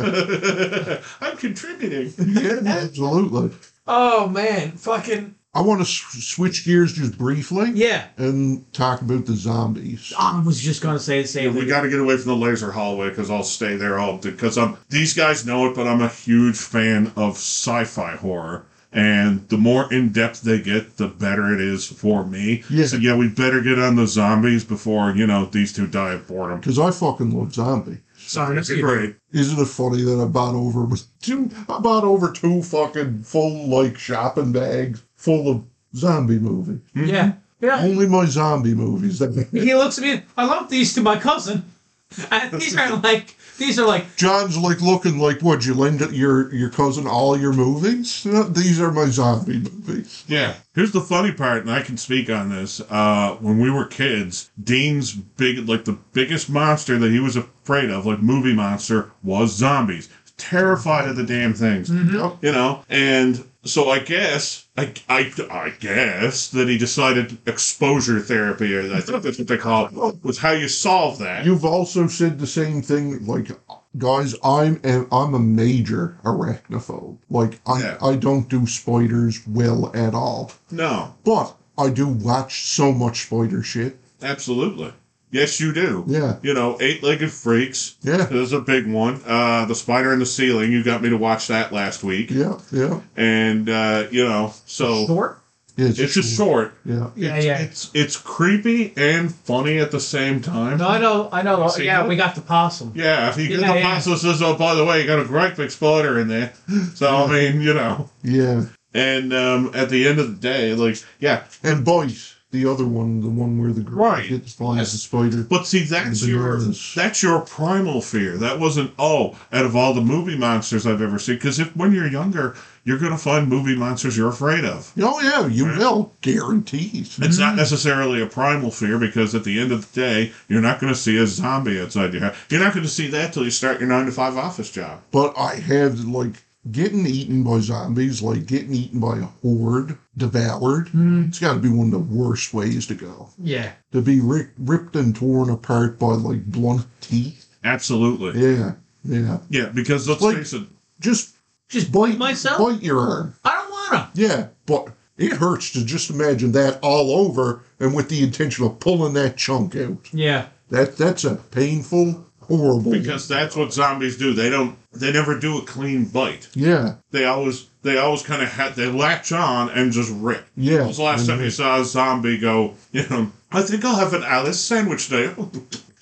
I'm contributing. yeah, absolutely. Oh man, fucking I want to s- switch gears just briefly Yeah. Uh, and talk about the zombies. I was just gonna say the same We thing. got to get away from the laser hallway because I'll stay there all because I'm. These guys know it, but I'm a huge fan of sci-fi horror, and the more in depth they get, the better it is for me. Yeah. So yeah, we better get on the zombies before you know these two die of boredom. Because I fucking love zombie. Zombies are great. Isn't it funny that I bought over with two? I bought over two fucking full like shopping bags full of zombie movies. Yeah. Yeah. Only my zombie movies. He looks at me. I love these to my cousin. And these are like these are like John's like looking like, what? You lend it- your your cousin all your movies? No, these are my zombie movies. Yeah. Here's the funny part, and I can speak on this. Uh, when we were kids, Dean's big, like the biggest monster that he was afraid of, like movie monster, was zombies. Terrified of the damn things, Yep. you know. And so I guess, I, I, I guess that he decided exposure therapy, or I think that's what they call it, was how you solve that. You've also said the same thing, like, guys, I'm a, I'm a major arachnophobe. Like, I, Yeah. I don't do spiders well at all. no, But I do watch so much spider shit. absolutely. Yes, you do. Yeah. You know, eight-legged freaks. Yeah. There's a big one. Uh, the spider in the ceiling. You got me to watch that last week. Yeah. Yeah. and uh, you know, so short. it's just short. Yeah. Yeah, It's- yeah. It's it's creepy and funny at the same time. No, I know, I know. See yeah, that? we got the possum. yeah, if you get Yeah, the yeah. pasta says, oh, by the way, you got a great big spider in there. So I mean, you know, Yeah. and um, at the end of the day, like, yeah, And boys, the other one, the one where the girl Right. gets flies the spider. But see, that's The your bananas. that's your primal fear. That wasn't oh, out of all the movie monsters I've ever seen. Because if when you're younger, you're gonna find movie monsters you're afraid of. Oh yeah, you will guarantees. It's not necessarily a primal fear because at the end of the day, you're not going to see a zombie outside your house. You're not going to see that till you start your nine to five office job. But I have like getting eaten by zombies, like getting eaten by a horde, devoured. It's got to be one of the worst ways to go. Mm, Yeah. To be ri- ripped and torn apart by like blunt teeth. Absolutely. Yeah, yeah. Yeah, because let's Like- face it. Just Just bite bite myself. Bite your arm. I don't wanna. Yeah, but it hurts to just imagine that all over and with the intention of pulling that chunk out. Yeah. That that's a painful, horrible. Because that's what zombies do. They don't. They never do a clean bite. yeah, They always. They always kind of ha- they latch on and just rip. yeah. When was the last time you saw a zombie go? You know, I think I'll have an Alice sandwich now.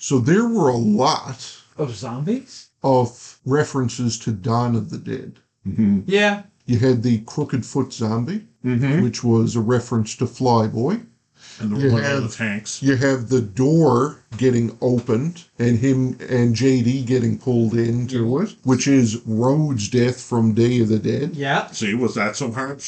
So there were a lot Of zombies? of references to Dawn of the Dead. mm-hmm. Yeah. You had the crooked foot zombie, Mm-hmm. which was a reference to Flyboy. And the You one of have- the tanks. You have the door getting opened and him and JD getting pulled into it, which is Rhodes' death from Day of the Dead. Yeah. See, was that so hard?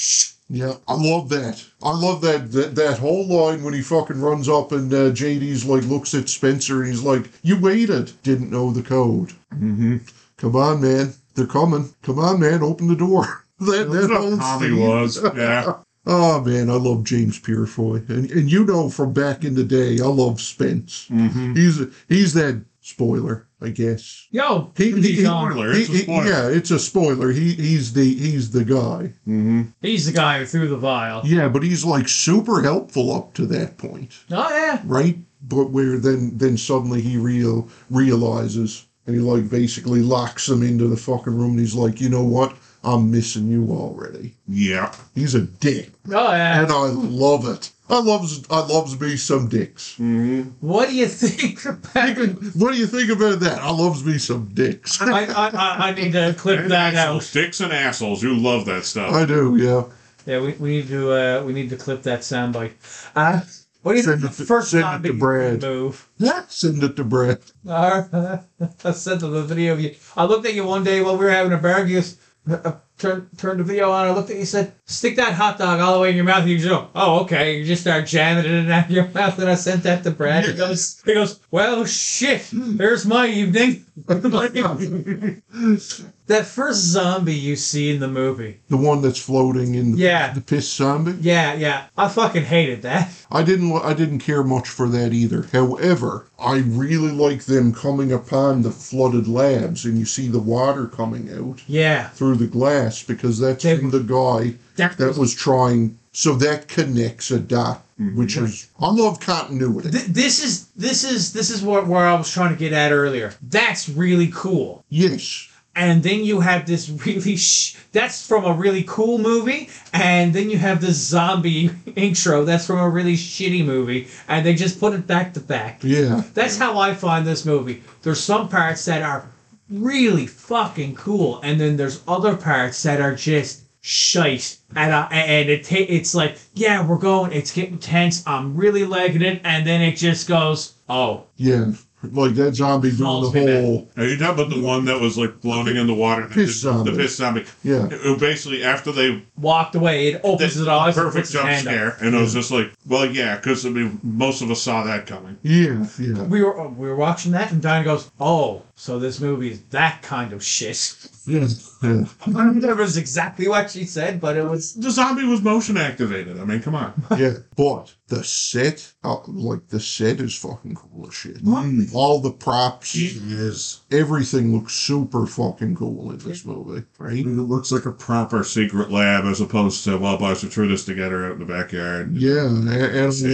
Yeah, I love that. I love that that, that whole line when he fucking runs up and uh, JD's like looks at Spencer and he's like, "You waited, didn't know the code. Mm-hmm. Come on, man, they're coming. Come on, man, open the door." that that whole Tommy scene. was. Yeah. Oh man, I love James Purefoy, and and you know from back in the day, I love Spence. Mm-hmm. He's he's that spoiler, I guess. Yo. He- he's, he- gone. Spoiler. It's a He- he- spoiler. yeah, it's a spoiler. He he's the he's the guy. Mm-hmm. He's the guy who threw the vial. Yeah, but he's like super helpful up to that point. Oh yeah. right? But where then then suddenly he real realizes and he like basically locks him into the fucking room and he's like, you know what? I'm missing you already. Yeah. He's a dick, Oh yeah. and I love it. I loves I loves me some dicks. Mm-hmm. What do you think about What do you think about that? I loves me some dicks. I, I, I, I need to clip that out. Sticks and assholes. You love that stuff. I do, yeah. Yeah, we, we need to uh, we need to clip that soundbite. Uh, what do you Send think it the to- first send it zombie to Brad. move? Send it to Brad. Or- I sent them the video of you. I looked at you one day while we were having a barbecue. s- I Turned, turned the video on. I looked at you. and Said, "Stick that hot dog all the way in your mouth." And you just go, "Oh, okay." You just start jamming it in and out of your mouth. And I sent that to Brad. He goes, "He goes, well, shit. There's my evening." that first zombie you see in the movie. The one that's floating in the, Yeah. the piss zombie. Yeah, yeah. I fucking hated that. I didn't I didn't care much for that either. However, I really like them coming upon the flooded labs and you see the water coming out Yeah, through the glass because that's They- from the guy that that was trying So that connects a dot, Mm-hmm. which is I love continuity. Th- this is this is this is what where I was trying to get at earlier. That's really cool. Yes. And then you have this really sh- that's from a really cool movie, and then you have this zombie intro that's from a really shitty movie, and they just put it back to back. Yeah. That's how I find this movie. There's some parts that are really fucking cool, and then there's other parts that are just shite. And I, and it ta- it's like, yeah, we're going. It's getting tense. I'm really liking it, and then it just goes, oh, Yeah. Like that zombie doing the Follows me back. whole Are you talking about the one that was like floating in the water? Piss zombie. The piss zombie. Yeah. Who basically after they walked away. It opens it all. perfect jump there. scare, and I was just like, well, yeah, because I mean, most of us saw that coming. Yeah, yeah. We were uh, we were watching that, and Don goes, oh, so this movie is that kind of shit. Yeah. yeah. that was exactly what she said, but it was. The zombie was motion activated. I mean, come on. yeah. But the set, uh, like the set is fucking cool as shit. Mm. All the props, Yes. everything looks super fucking cool in this movie, right? It looks like a proper secret lab as opposed to, well, bunch of threw this together out in the backyard. Yeah, and, and they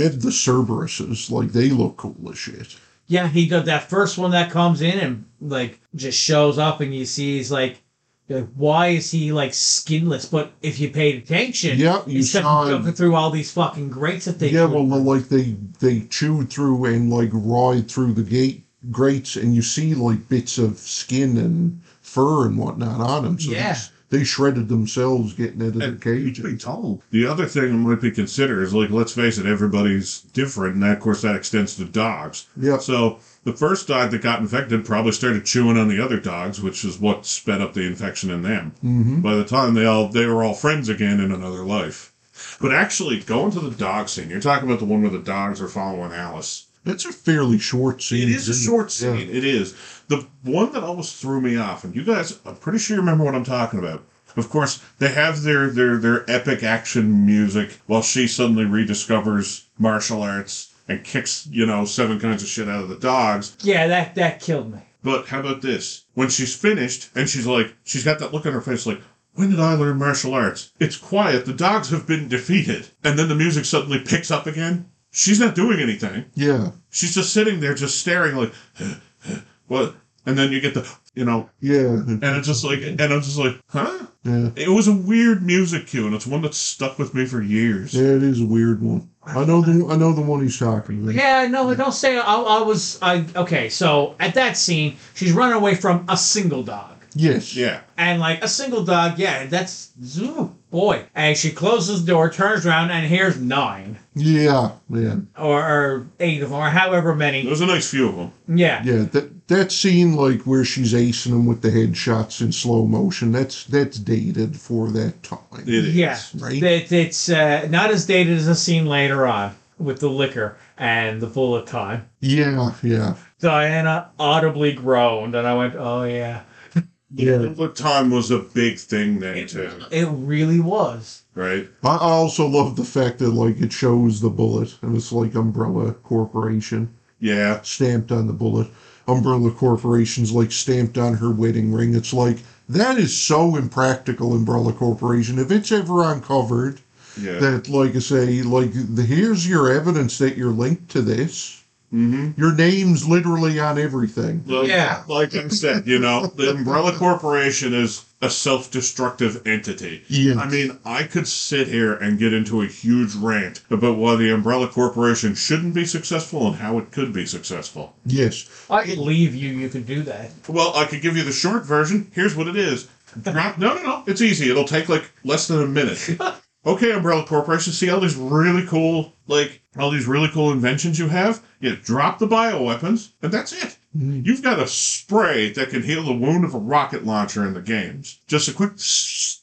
had the Cerberuses, like they look cool as shit. Yeah, he does that first one that comes in and like just shows up, and you see he's like, you're like, why is he like skinless? But if you paid attention, Yeah, you he's saw him. jumping through all these fucking grates that they yeah, put- well, like they they chewed through and like ride through the gate grates, and you see like bits of skin and fur and whatnot on them. So Yeah. they shredded themselves getting out of the And cage. told. The other thing that might be considered is like, let's face it, everybody's different, and that, of course, that extends to dogs. Yeah. So the first dog that got infected probably started chewing on the other dogs, which is what sped up the infection in them. Mm-hmm. By the time they all they were all friends again in another life. But actually, going to the dog scene, you're talking about the one where the dogs are following Alice. That's a fairly short scene. It is a isn't it? short Yeah. scene. It is. The one that almost threw me off, and you guys, I'm pretty sure you remember what I'm talking about. Of course, they have their, their, their epic action music while she suddenly rediscovers martial arts and kicks, you know, seven kinds of shit out of the dogs. yeah, that that killed me. But how about this? When she's finished and she's like, she's got that look on her face like, when did I learn martial arts? It's quiet. The dogs have been defeated. And then the music suddenly picks up again. She's not doing anything. Yeah, She's just sitting there, just staring, like, what? And then you get the, you know, yeah, and it's just like, and I'm just like, huh? yeah. It was a weird music cue, and it's one that stuck with me for years. Yeah, it is a weird one. I know the I know the one he's talking about. Yeah, no, don't say. I, I was. I okay. So at that scene, she's running away from a single dog. Yes. Yeah. And like a single dog, yeah, that's ooh, boy. And she closes the door, turns around, and here's nine Yeah. Yeah. or, or eight of them, or however There many. was a nice few of them. Yeah, Yeah. That that scene like where she's acing him with the headshots in slow motion, that's that's dated for that time. It is. yeah. Right? That it's uh, not as dated as a scene later on with the liquor and the bullet time. Yeah, yeah. Diana audibly groaned, and I went, "Oh yeah, Yeah. Bullet time was a big thing then, too, it really was." right? I I also love the fact that like it shows the bullet and it's like Umbrella Corporation Yeah. stamped on the bullet. Umbrella Corporation's like stamped on her wedding ring. It's like that is so impractical, Umbrella Corporation. If it's ever uncovered, Yeah. that like I say, like the, here's your evidence that you're linked to this. mm-hmm. Your name's literally on everything. Like, Yeah. Like I said, you know, the Umbrella Corporation is a self destructive entity. Yeah. I mean, I could sit here and get into a huge rant about why the Umbrella Corporation shouldn't be successful and how it could be successful. Yes. I believe you. You could do that. Well, I could give you the short version. Here's what it is. Drop- No, no, no. It's easy. It'll take like less than a minute. Okay, Umbrella Corporation, see all these really cool, like, all these really cool inventions you have? Yeah, drop the bioweapons, and that's it. You've got a spray that can heal the wound of a rocket launcher in the games. Just a quick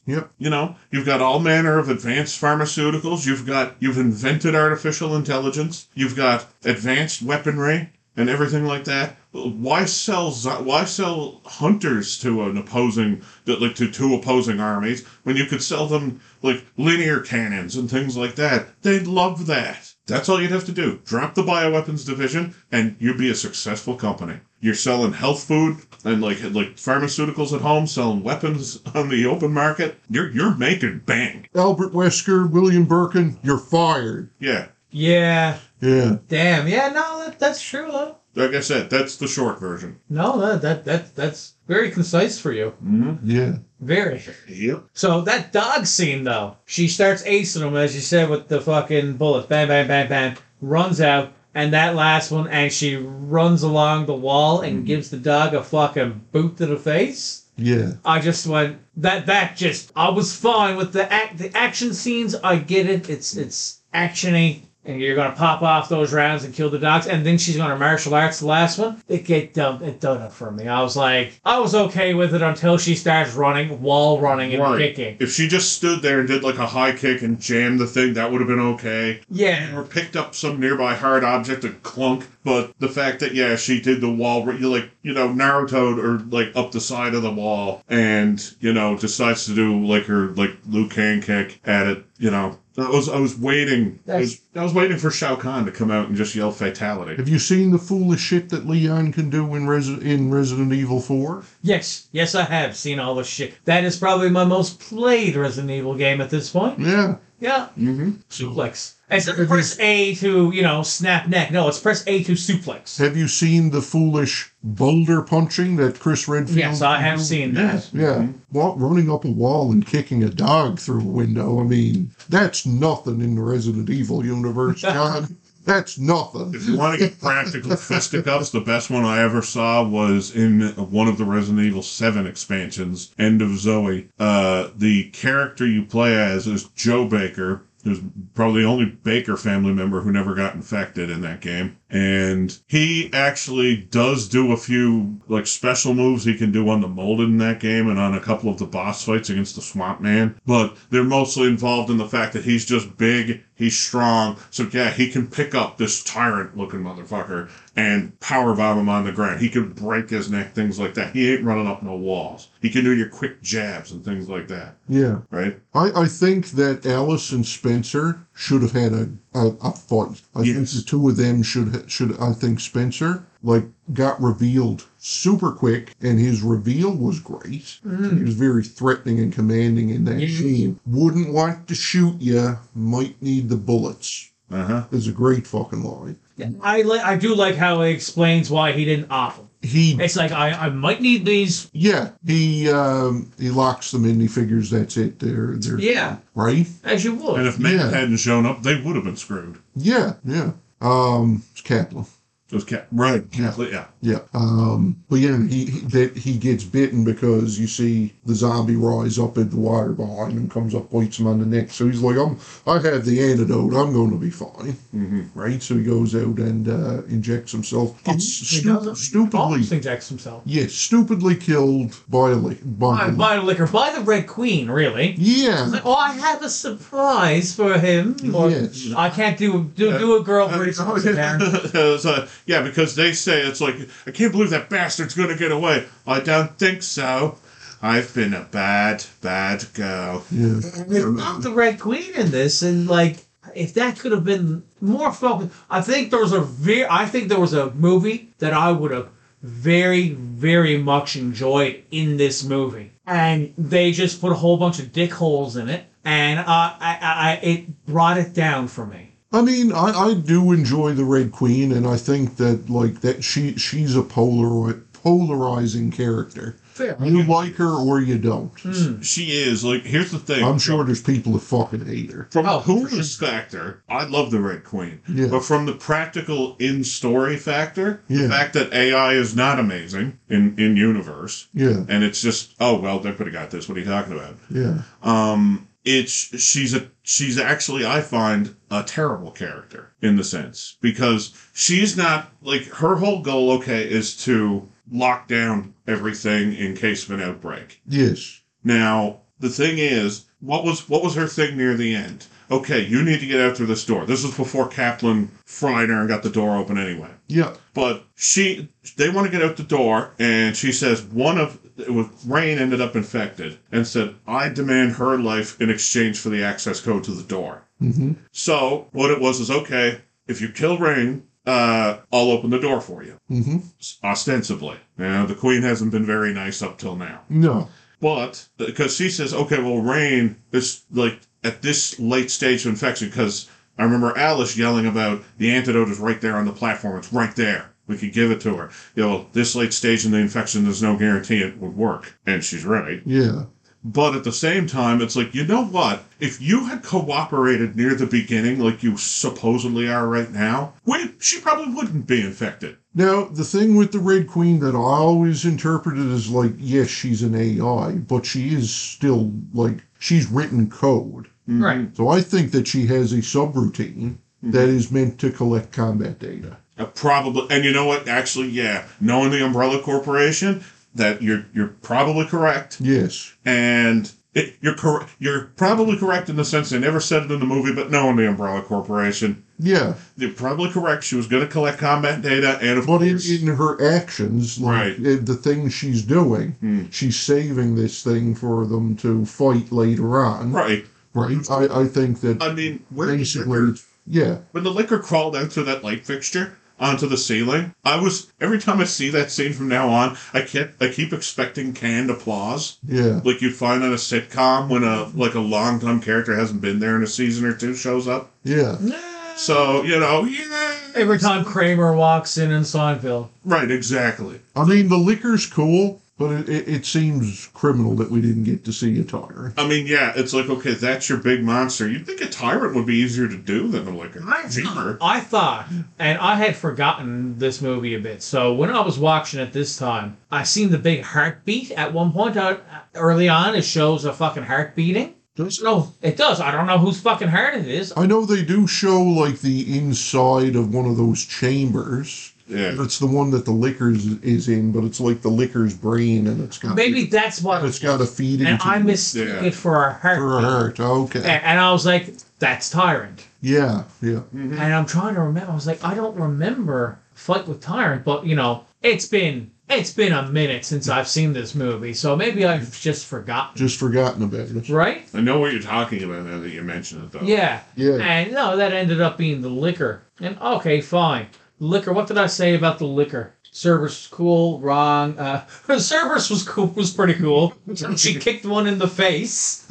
Yep. you know, you've got all manner of advanced pharmaceuticals. You've got you've invented artificial intelligence. You've got advanced weaponry and everything like that. Why sell zo- why sell hunters to an opposing that like to two opposing armies when you could sell them like linear cannons and things like that? They'd love that. That's all you'd have to do. Drop the bioweapons division and you'd be a successful company. you're selling health food and like like pharmaceuticals at home, selling weapons on the open market. You're you're making bank. Albert Wesker, William Birkin, you're fired. Yeah, Yeah. Yeah. Damn. Yeah. No, that, that's true though. like I said, that's the short version. No, that, that that that's very concise for you. Mm-hmm. Yeah. Very. Yep. So that dog scene though, she starts acing him as you said with the fucking bullet. Bam, bam, bam, bam. Runs out, and that last one, and she runs along the wall and gives the dog a fucking boot to the face. Yeah. I just went that that just I was fine with the act the action scenes. I get it. It's it's actiony, and you're gonna pop off those rounds and kill the dogs, and then she's gonna martial arts the last one. It get done. It done it for me. I was like I was okay with it until she starts running, wall running and Right. kicking. If she just stood there and did like a high kick and jammed the thing, that would have been okay. Yeah, Or picked up some nearby hard object and clunk. But the fact that yeah, she did the wall, you like you know Naruto or like up the side of the wall, and you know decides to do like her like Liu Kang kick at it. You know, I was I was waiting. I was, I was waiting for Shao Kahn to come out and just yell fatality. Have you seen the foolish shit that Leon can do in, Resi- in Resident Evil 4? yes, yes, I have seen all this shit. That is probably my most played Resident Evil game at this point. Yeah. Yeah, Mm-hmm. suplex. It's not press A to you know snap neck. No, it's press A to suplex. Have you seen the foolish boulder punching that Chris Redfield? Yes, I have seen that. Mm-hmm. Yeah. Well, running up a wall and kicking a dog through a window. I mean, that's nothing in the Resident Evil universe, John. that's nothing. If you want to get practical fisticuffs, the best one I ever saw was in one of the Resident Evil 7 expansions, End of Zoe. Uh, the character you play as is Joe Baker, who's probably the only Baker family member who never got infected in that game. And he actually does do a few like special moves he can do on the molded in that game and on a couple of the boss fights against the swamp man. But they're mostly involved in the fact that he's just big, he's strong, so yeah, he can pick up this tyrant looking motherfucker and power bomb him on the ground. He can break his neck, things like that. He ain't running up no walls. He can do your quick jabs and things like that. Yeah. Right? I, I think that Alice and Spencer should have had a, a, a fight. I think Yes. the two of them should ha- should I think Spencer like got revealed super quick and his reveal was great. He was very threatening and commanding in that Mm. Yeah. scene. Wouldn't want to shoot ya, might need the bullets. Uh-huh. Is a great fucking line. I li- I do like how it explains why he didn't off them. He It's like I, I might need these. yeah, he um he locks them in, he figures that's it. They're they're Yeah, right? as you would. And if man Yeah. hadn't shown up, they would have been screwed. Yeah, yeah. Um it's Kaplan. Those cat right. Yeah. Yeah. Yeah. Um, but yeah, he, he that he gets bitten because you see the zombie rise up in the water behind him, comes up, bites him on the neck. So he's like, "I'm, I have the antidote. I'm going to be fine." Mm-hmm. Right. So he goes out and uh, injects himself. Gets He stu- doesn't- almost stupidly, injects himself. yes, stupidly killed by a li- by. By, a- by the liquor, by the Red Queen, really. yeah. Like, oh, I have a surprise for him. Or, Yes. I can't do do, do a girl Uh, breeze. oh, yeah. It's, uh, yeah, because they say it's like, I can't believe that bastard's going to get away. I don't think so. I've been a bad, bad girl. Yeah. Not the Red Queen in this, and like if that could have been more focused, I think there was a very, I think there was a movie that I would have very, very much enjoyed in this movie, and they just put a whole bunch of dick holes in it, and uh, I, I, I, it brought it down for me. I mean, I, I do enjoy the Red Queen, and I think that like that she she's a polar polarizing character. Fair. You like her or you don't. She is, like, here's the thing. I'm sure there's people that fucking hate her. From Oh, the for humorous factor, I love the Red Queen. Yeah. But from the practical in story factor, Yeah. the fact that AI is not amazing in, in universe, Yeah, and it's just, oh, well, they could have got this. What are you talking about? yeah, um it's she's a she's actually i find a terrible character in the sense because she's not like her whole goal okay is to lock down everything in case of an outbreak yes, now the thing is what was what was her thing near the end okay you need to get out through this door this was before kaplan fried her and got the door open anyway yeah, but she, they want to get out the door, and she says one of it was Rain ended up infected, and said, "I demand her life in exchange for the access code to the door." mm-hmm. So what it was is okay. If you kill Rain, uh, I'll open the door for you, hmm ostensibly. Now, the queen hasn't been very nice up till now. No. But because she says, okay, well, rain is like at this late stage of infection. Because I remember Alice yelling about the antidote is right there on the platform. It's right there. We could give it to her. You know, this late stage in the infection, there's no guarantee it would work. And she's right. Yeah. But at the same time, it's like, you know what? If you had cooperated near the beginning, like you supposedly are right now, we, she probably wouldn't be infected. Now, the thing with the Red Queen that I always interpreted as like, yes, she's an AI, but she is still like, she's written code. Right. So I think that she has a subroutine that is meant to collect combat data. Uh, probably, and you know what? Actually, yeah, knowing the Umbrella Corporation, that you're you're probably correct, Yes. and it, you're cor- you're probably correct in the sense they never said it in the movie, but knowing the Umbrella Corporation, Yeah. you're probably correct. She was going to collect combat data, and of But in, course, in her actions, like Right. eh, the things she's doing, Hmm. she's saving this thing for them to fight later on. right? Right. I, I think that I mean, where did basically, Ricker- it's- yeah. When the liquor crawled out through that light fixture onto the ceiling, I was every time I see that scene from now on, I kept I keep expecting canned applause, Yeah. like you'd find on a sitcom when a like a long time character hasn't been there in a season or two shows up. Yeah. So you know, yeah, Every time Kramer walks in in Seinfeld. right, exactly. I mean, the liquor's cool, but it, it, it seems criminal that we didn't get to see a tyrant. I mean, yeah, it's like okay, that's your big monster. You'd think a tyrant would be easier to do than a liquor. Cheaper. I thought, and I had forgotten this movie a bit. So when I was watching it this time, I seen the big heartbeat at one point out early on. It shows a fucking heart beating. Does it? No, it does. I don't know whose fucking heart it is. I know they do show like the inside of one of those chambers. Yeah, It's the one that the liquor's is in, but it's like the liquor's brain, and it's got Maybe that's what it's got a feed into And I it mistook Yeah. it for a heart. for a heart. A- Okay, And, I was like, that's Tyrant. yeah, yeah, And I'm trying to remember. I was like, I don't remember Fight with Tyrant, but you know, it's been it's been a minute since I've seen this movie, so maybe I've just forgotten. just forgotten about it. Right? I know what you're talking about now that you mention it though. Yeah. Yeah. And no, that ended up being the liquor. And okay, fine. Liquor. What did I say about the liquor? Cerberus was cool, wrong. Uh, Cerberus was cool, was pretty cool. She kicked one in the face.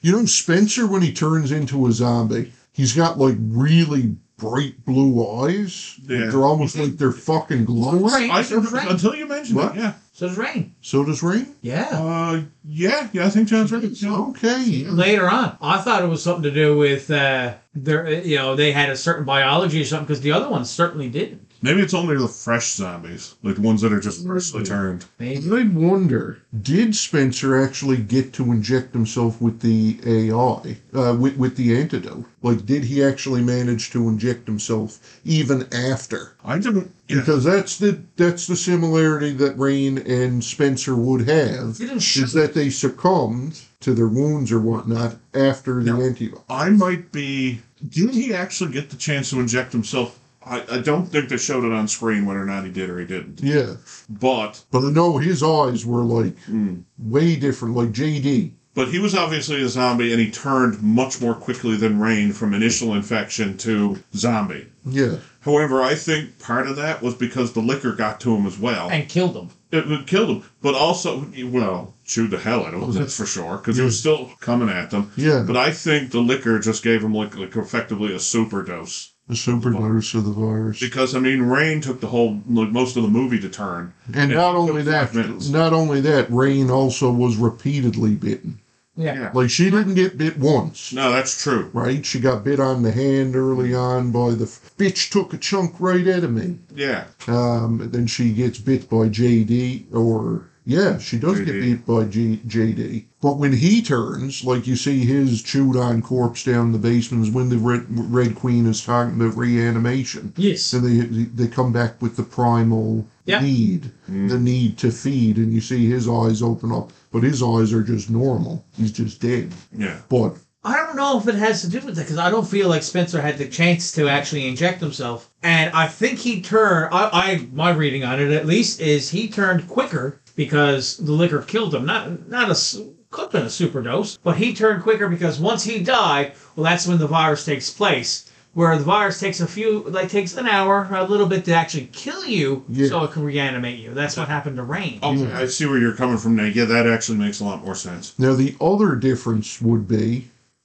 You know, Spencer, when he turns into a zombie, he's got like really bright blue eyes. Yeah. They're almost like they're fucking glowing. Right. I, until you mentioned What? it, yeah. So does Rain. So does Ring. Yeah. Uh, yeah, yeah, I think John's right. Yeah. Okay. yeah. later on. I thought it was something to do with uh, their, you know, they had a certain biology or something because the other ones certainly didn't. Maybe it's only the fresh zombies, like the ones that are just freshly turned. Maybe. I wonder, did Spencer actually get to inject himself with the AI, uh, with, with the antidote? Like, did he actually manage to inject himself even after? I didn't. Yeah. Because that's the that's the similarity that Rain and Spencer would have Didn't is shoot. that they succumbed to their wounds or whatnot after the No. antidote. I might be. Did he actually get the chance to inject himself? I, I don't think they showed it on screen whether or not he did or he didn't. Yeah, But but I know his eyes were like mm, way different, like JD. but he was obviously a zombie, and he turned much more quickly than Rain from initial infection to zombie. Yeah, However, I think part of that was because the liquor got to him as well. And killed them. it would kill them, but also, well, chewed the hell out of them, that's for sure, because he was still coming at them. yeah. But I think the liquor just gave him like, like effectively a super dose. the superdose of the virus. Because I mean, Rain took the whole like most of the movie to turn. And Yeah, not only five that, minutes. not only that, Rain also was repeatedly bitten. Yeah. Yeah. Like she didn't get bit once, No, that's true. right? She got bit on the hand early on by the f- bitch took a chunk right out of me. Yeah, Um, and then she gets bit by JD, or yeah, she does get JD. bit by G- JD. But when he turns, like you see his chewed on corpse down in the basement, is when the Red, Red Queen is talking about reanimation. Yes. So they they come back with the primal Yeah. need, the need to feed, and you see his eyes open up, but his eyes are just normal. He's just dead. yeah. But I don't know if it has to do with that because I don't feel like Spencer had the chance to actually inject himself. And I think he turned. I, I my reading on it at least is he turned quicker because the liquor killed him. Not not a s- could have been a superdose, but he turned quicker because once he died, well, that's when the virus takes place. where the virus takes a few, like takes an hour, a little bit to actually kill you, Yeah. so it can reanimate you. That's what happened to Rain. Oh, I see where you're coming from now. Yeah, that actually makes a lot more sense. Now, the other difference would be,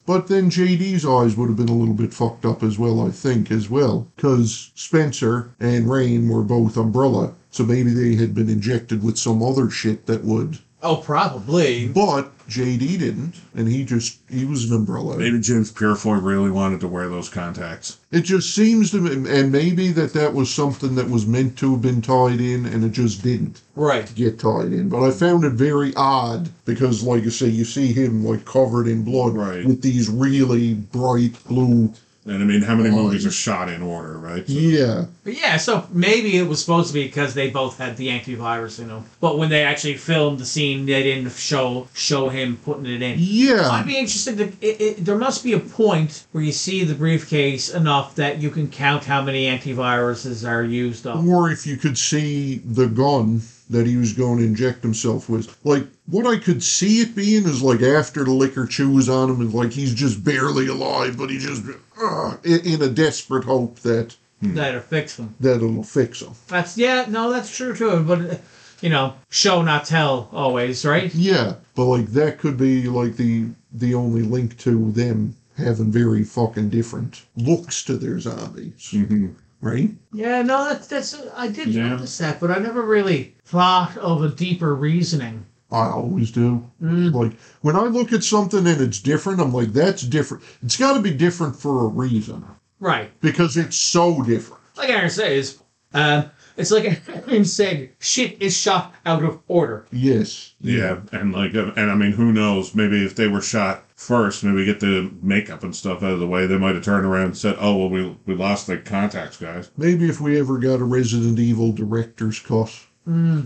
but then JD's eyes would have been a little bit fucked up as well, I think, as well, because Spencer and Rain were both Umbrella, so maybe they had been injected with some other shit that would. Oh, probably. But JD didn't, and he just, he was an Umbrella. Maybe James Purefoy really wanted to wear those contacts. It just seems to me, and maybe that that was something that was meant to have been tied in, and it just didn't. Right. get tied in. But I found it very odd because, like you say, you see him like covered in blood Right. with these really bright blue. And I mean, how many Right. movies are shot in order, right? So- Yeah, But yeah, so maybe it was supposed to be because they both had the antivirus in them. But when they actually filmed the scene, they didn't show show him putting it in. I'd yeah. be interested. To, it, it, there must be a point where you see the briefcase enough that you can count how many antiviruses are used up. Or if you could see the gun that he was going to inject himself with, like what I could see it being is like after the liquor chews on him and like he's just barely alive, but he just uh, in, in a desperate hope that That affects them. that it'll fix him. That's yeah, no, that's true too. But uh, you know, show not tell always, right? Yeah, but like that could be like the the only link to them having very fucking different looks to their zombies, Mhm. right? Yeah, no, that's that's I did Yeah. notice that, but I never really thought of a deeper reasoning. I always do. Like when I look at something and it's different, I'm like, that's different. It's got to be different for a reason Right. because it's so different. Like Aaron says, um, it's like Aaron said, shit is shot out of order. Yes. Yeah, and like, uh, and I mean, who knows? Maybe if they were shot first, maybe get the makeup and stuff out of the way, they might have turned around and said, "Oh well, we we lost the contacts, guys." Maybe if we ever got a Resident Evil director's cut,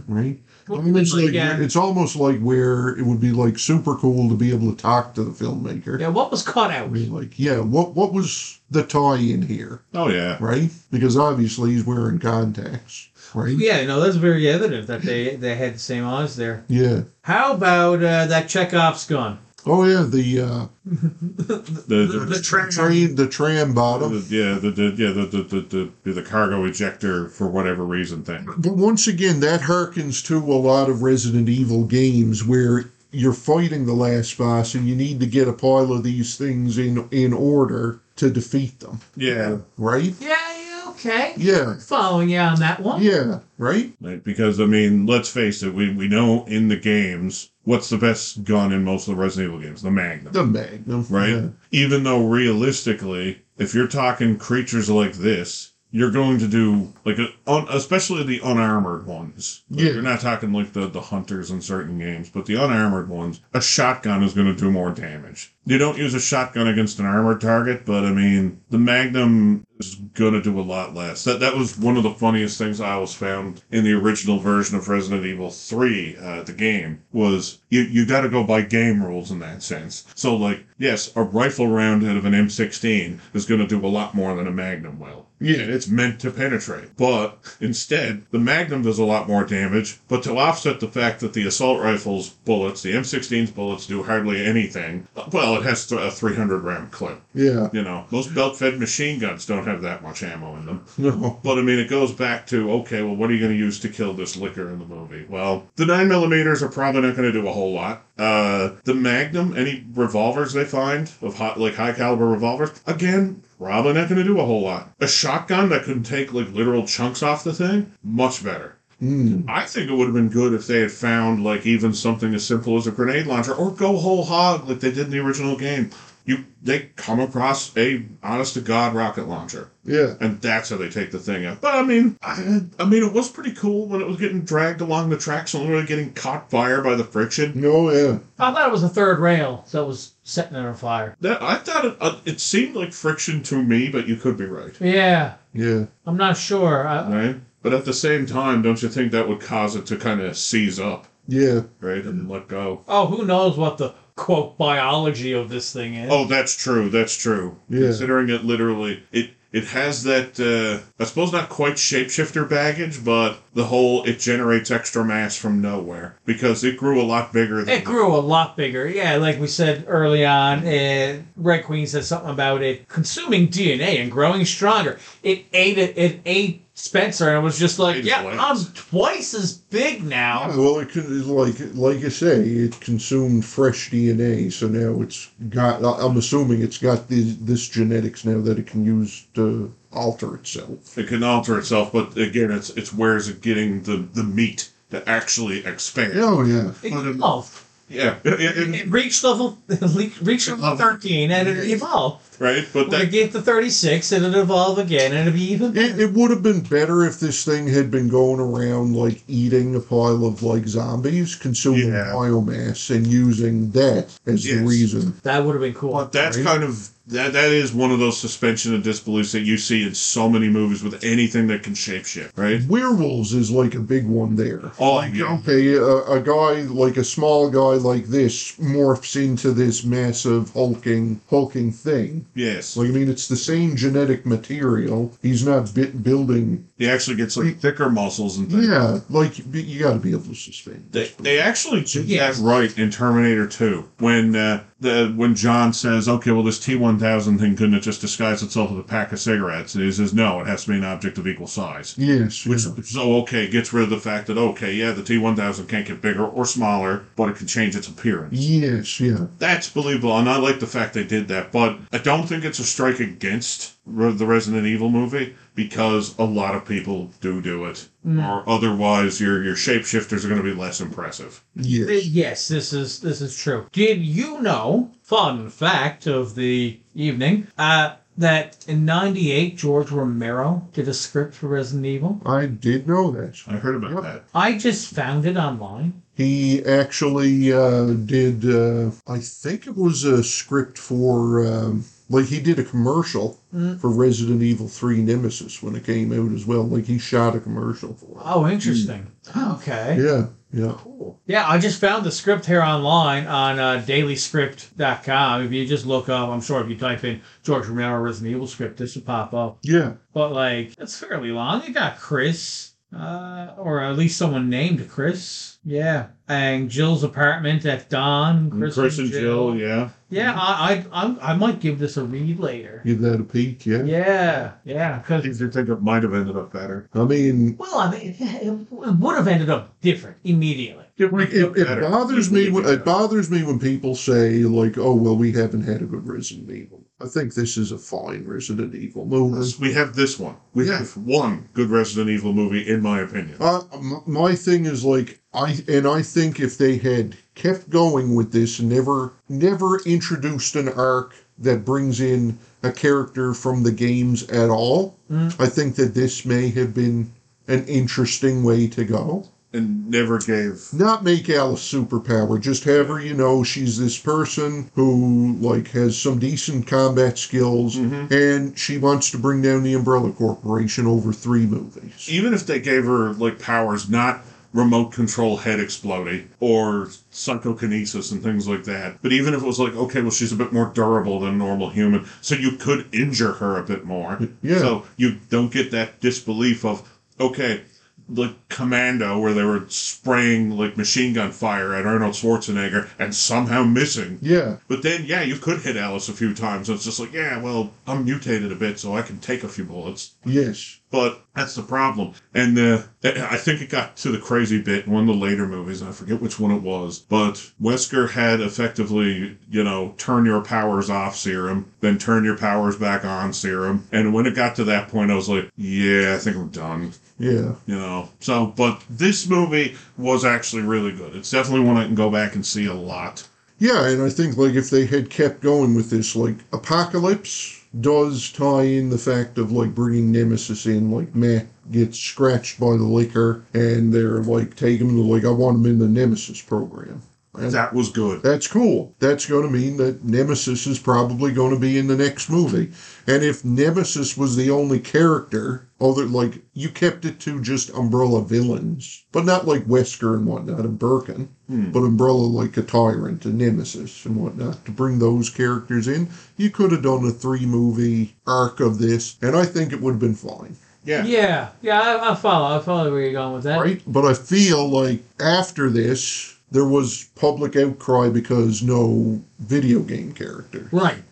right? I mean, it's like Yeah. it's almost like where it would be like super cool to be able to talk to the filmmaker. Yeah, what was cut out? be like, yeah, what what was the tie in here, Oh yeah, right? Because obviously he's wearing contacts, right? Yeah, no, that's very evident that they they had the same eyes there. Yeah. How about uh, that Chekhov's gun? Oh yeah, the uh, the the, The train. train, the tram bottom. the- yeah the, the yeah the the, the the the cargo ejector for whatever reason thing. But once again, that harkens to a lot of Resident Evil games where you're fighting the last boss and you need to get a pile of these things in in order to defeat them, Yeah, right? Yeah, yeah, okay. Yeah, Following you on that one. yeah, right. Like, because I mean, let's face it, we we know in the games what's the best gun in most of the Resident Evil games, the Magnum. The Magnum, right? Yeah. Even though realistically, if you're talking creatures like this, you're going to do like a, un, especially the unarmored ones. Like, Yeah. You're not talking like the the hunters in certain games, but the unarmored ones, a shotgun is going to do more damage. You don't use a shotgun against an armored target, but I mean, the Magnum is going to do a lot less. That that was one of the funniest things I always found in the original version of Resident Evil 3, uh, the game, was you, you got to go by game rules in that sense. So, like, yes, a rifle round out of an M16 is going to do a lot more than a Magnum will. Yeah, it's meant to penetrate. But instead, the Magnum does a lot more damage. But to offset the fact that the assault rifle's bullets, the M16's bullets, do hardly anything, well, it has th- a 300 round clip. Yeah, You know, most belt fed machine guns don't have that much ammo in them. no, But I mean, it goes back to okay, well, what are you going to use to kill this liquor in the movie? Well, the nine millimeters are probably not going to do a whole lot. Uh, the Magnum, any revolvers they find of hot, like high caliber revolvers, again, probably not going to do a whole lot. A shotgun that can take like literal chunks off the thing, much better. mm, I think it would have been good if they had found like even something as simple as a grenade launcher or go whole hog like they did in the original game. You they come across a honest to god rocket launcher yeah, and that's how they take the thing out. But I mean, I, I mean, it was pretty cool when it was getting dragged along the tracks and literally getting caught fire by the friction. no, Oh, yeah. I thought it was the third rail that was setting it on fire. That I thought it, uh, it seemed like friction to me, but you could be right, Yeah, Yeah. I'm not sure. I, right? But at the same time, don't you think that would cause it to kind of seize up, Yeah. right, and let go? Oh, who knows what the quote biology of this thing is? Oh, that's true. That's true. Yeah. Considering it literally, it It has that, uh, I suppose not quite shapeshifter baggage, but the whole it generates extra mass from nowhere because it grew a lot bigger than It grew a lot bigger. Yeah, like we said early on, uh, Red Queen said something about it consuming DNA and growing stronger. It ate it. It ate Spencer and was just like, Ate his yeah, legs." I'm twice as big now. Yeah, Ah, well, it could, like like I say, it consumed fresh DNA, so now it's got. I- I'm assuming it's got the, this genetics now that it can use to alter itself. It can alter itself, but again, it's it's where is it getting the, the meat to actually expand? Oh yeah, It Well, then- evolved. Yeah, it- it- It reached level, reached level Level. thirteen, and it evolved. right? But When it that, get to thirty six, and it'd evolve again, and it'd be even. it, it would have been better if this thing had been going around like eating a pile of like zombies, consuming Yeah. biomass, and using that as the Yes. reason. That would have been cool. that's kind of that that is one of those suspension of disbeliefs that you see in so many movies with anything that can shapeshift, right? Werewolves is like a big one there. Oh, yeah. Okay, a, a guy like a small guy like this morphs into this massive hulking hulking thing. yes. Like I mean, it's the same genetic material. He's not bit building. He actually gets like thicker muscles and things. Yeah, like you- you got to be able to suspend. They, they actually did Yes. that right in Terminator 2 when uh, the when John says, okay, well, this T-1000 thing couldn't it just disguise itself as a pack of cigarettes? And he says, no, it has to be an object of equal size. Yes, Which, yeah. so, okay, gets rid of the fact that, okay, yeah, the T-1000 can't get bigger or smaller, but it can change its appearance. yes, yeah. That's believable, and I like the fact they did that, but I don't think it's a strike against Re- the Resident Evil movie because a lot of people do do it, or otherwise your your shapeshifters are going to be less impressive. Uh, Yes. Yes, this is this is true. Did you know? Fun fact of the evening: uh, that in '98, George Romero did a script for Resident Evil. I did know that. I heard about Yep. that. I just found it online. He actually uh, did. Uh, I think it was a script for. Um, like he did a commercial for Resident Evil Three Nemesis when it came out as well. Like he shot a commercial for it. Oh, interesting. Okay. Yeah, yeah. Cool. Yeah, I just found the script here online on uh, dailyscript.com. If you just look up, I'm sure if you type in George Romero Resident Evil script, this should pop up. Yeah. But like, it's fairly long. You got Chris, uh, or at least someone named Chris. Yeah, and Jill's apartment at dawn. Mm, Chris, Chris, and Jill, yeah. Yeah, I, I, I'm- I, might give this a read later. Give that a peek, yeah. Yeah, yeah, I because. think they think it might have ended up better. I mean, Well, I mean, it would have ended up different immediately. It, like, it, it bothers me when it bothers me when people say like, "Oh, well, we haven't had a good Resident Evil." I think this is a fine Resident Evil movie. we have this one. We Yeah. have one good Resident Evil movie, in my opinion. Uh, m- my thing is like I and I think if they had kept going with this, and never never introduced an arc that brings in a character from the games at all, I think that this may have been an interesting way to go. and never gave. not make Alice superpower. Just have her, you know, she's this person who like has some decent combat skills, and she wants to bring down the Umbrella Corporation over three movies. Even if they gave her like powers, not remote control head exploding or psychokinesis and things like that. But even if it was like, okay, well, she's a bit more durable than a normal human, so you could injure her a bit more. Yeah. So you don't get that disbelief of, okay, like Commando, where they were spraying like machine gun fire at Arnold Schwarzenegger and somehow missing. Yeah, But then, yeah, you could hit Alice a few times. And it's just like, yeah, well, I'm mutated a bit, so I can take a few bullets yes, but that's the problem. And uh, I think it got to the crazy bit in one of the later movies, and I forget which one it was, but Wesker had effectively, you know, turn your powers off serum, then turn your powers back on serum. And when it got to that point, I was like, yeah, I think I'm done, yeah. you know. So, but this movie was actually really good. It's definitely one I can go back and see a lot. Yeah, and I think like if they had kept going with this, like Apocalypse does tie in the fact of like bringing Nemesis in, like Matt gets scratched by the liquor, and they're like taking him to like I want him in the Nemesis program. That was good. That's cool. That's going to mean that Nemesis is probably going to be in the next movie. And if Nemesis was the only character, other like you kept it to just umbrella villains, but not like Wesker and whatnot and Birkin, Hmm. but umbrella like a tyrant and Nemesis and whatnot to bring those characters in, you could have done a three movie arc of this, and I think it would have been fine. Yeah. Yeah, yeah, I, I follow. I follow where you're going with that. Right? But I feel like after this, there was public outcry because no video game character. Right.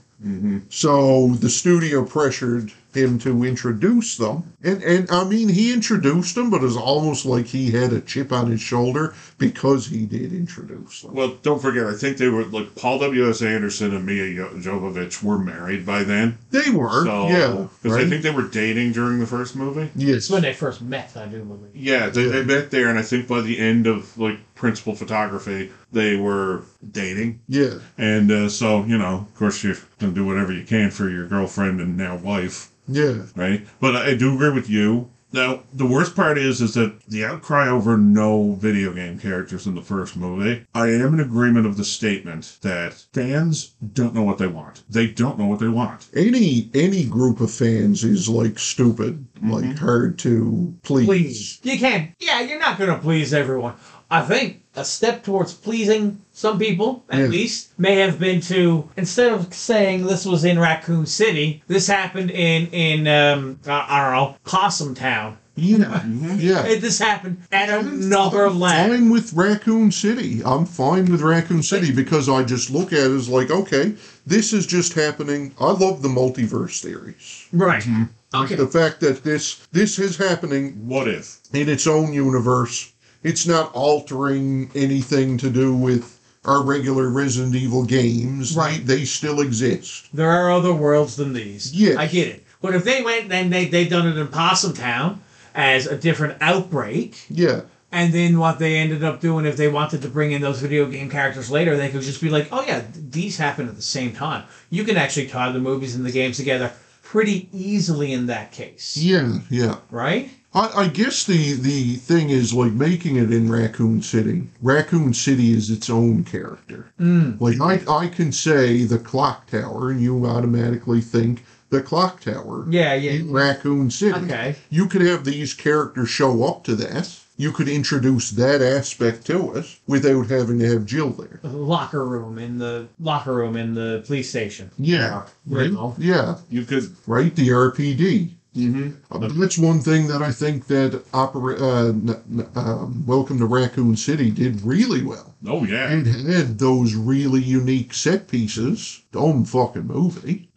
So the studio pressured him to introduce them. And, and I mean, he introduced them, but it's almost like he had a chip on his shoulder because he did introduce them. Well, don't forget, I think they were like Paul W. S. Anderson and Mia Jo- Jovovich were married by then. They were, So, yeah. because right? I think they were dating during the first movie. yes. It's when they first met, I do believe. Yeah, they, they met there, and I think by the end of like principal photography, they were dating. Yeah. And uh, so, you know, of course, you can do whatever you can for your girlfriend and now wife, Yeah. right? But I do agree with you. Now, the worst part is, is that the outcry over no video game characters in the first movie. I am in agreement of the statement that fans don't know what they want. They don't know what they want. Any any group of fans is like stupid, like hard to please. Mm-hmm. Please. You can't. Yeah, you're not going to please everyone. I think a step towards pleasing some people, at Yeah. least, may have been to, instead of saying this was in Raccoon City, this happened in, in um, I, I don't know, Possum Town. Yeah. Mm-hmm. Yeah. It, this happened at another lab. fine with Raccoon City. I'm fine with Raccoon City because I just look at it as like, okay, this is just happening. I love the multiverse theories. Right. Okay. The fact that this this is happening What if? in its own universe. It's not altering anything to do with our regular Resident Evil games. Right. They, they still exist. There are other worlds than these. Yes. I get it. But if they went and they they done it in Possum Town as a different outbreak, Yeah. and then what they ended up doing if they wanted to bring in those video game characters later, they could just be like, oh yeah, th- these happen at the same time. You can actually tie the movies and the games together pretty easily in that case, Yeah. Yeah. right? I, I guess the, the thing is like making it in Raccoon City. Raccoon City is its own character. Hmm. Like I, I can say the clock tower, and you automatically think the clock tower Yeah, yeah. in Raccoon City. Okay. You could have these characters show up to that. You could introduce that aspect to us without having to have Jill there. Locker room in the locker room in the police station. Yeah. Right? Well. Yeah. You could. Right? The RPD. Mm-hmm. Uh, but that's one thing that I think that opera, uh, n- n- um, Welcome to Raccoon City did really well. Oh, yeah. And had those really unique set pieces. Dumb fucking movie.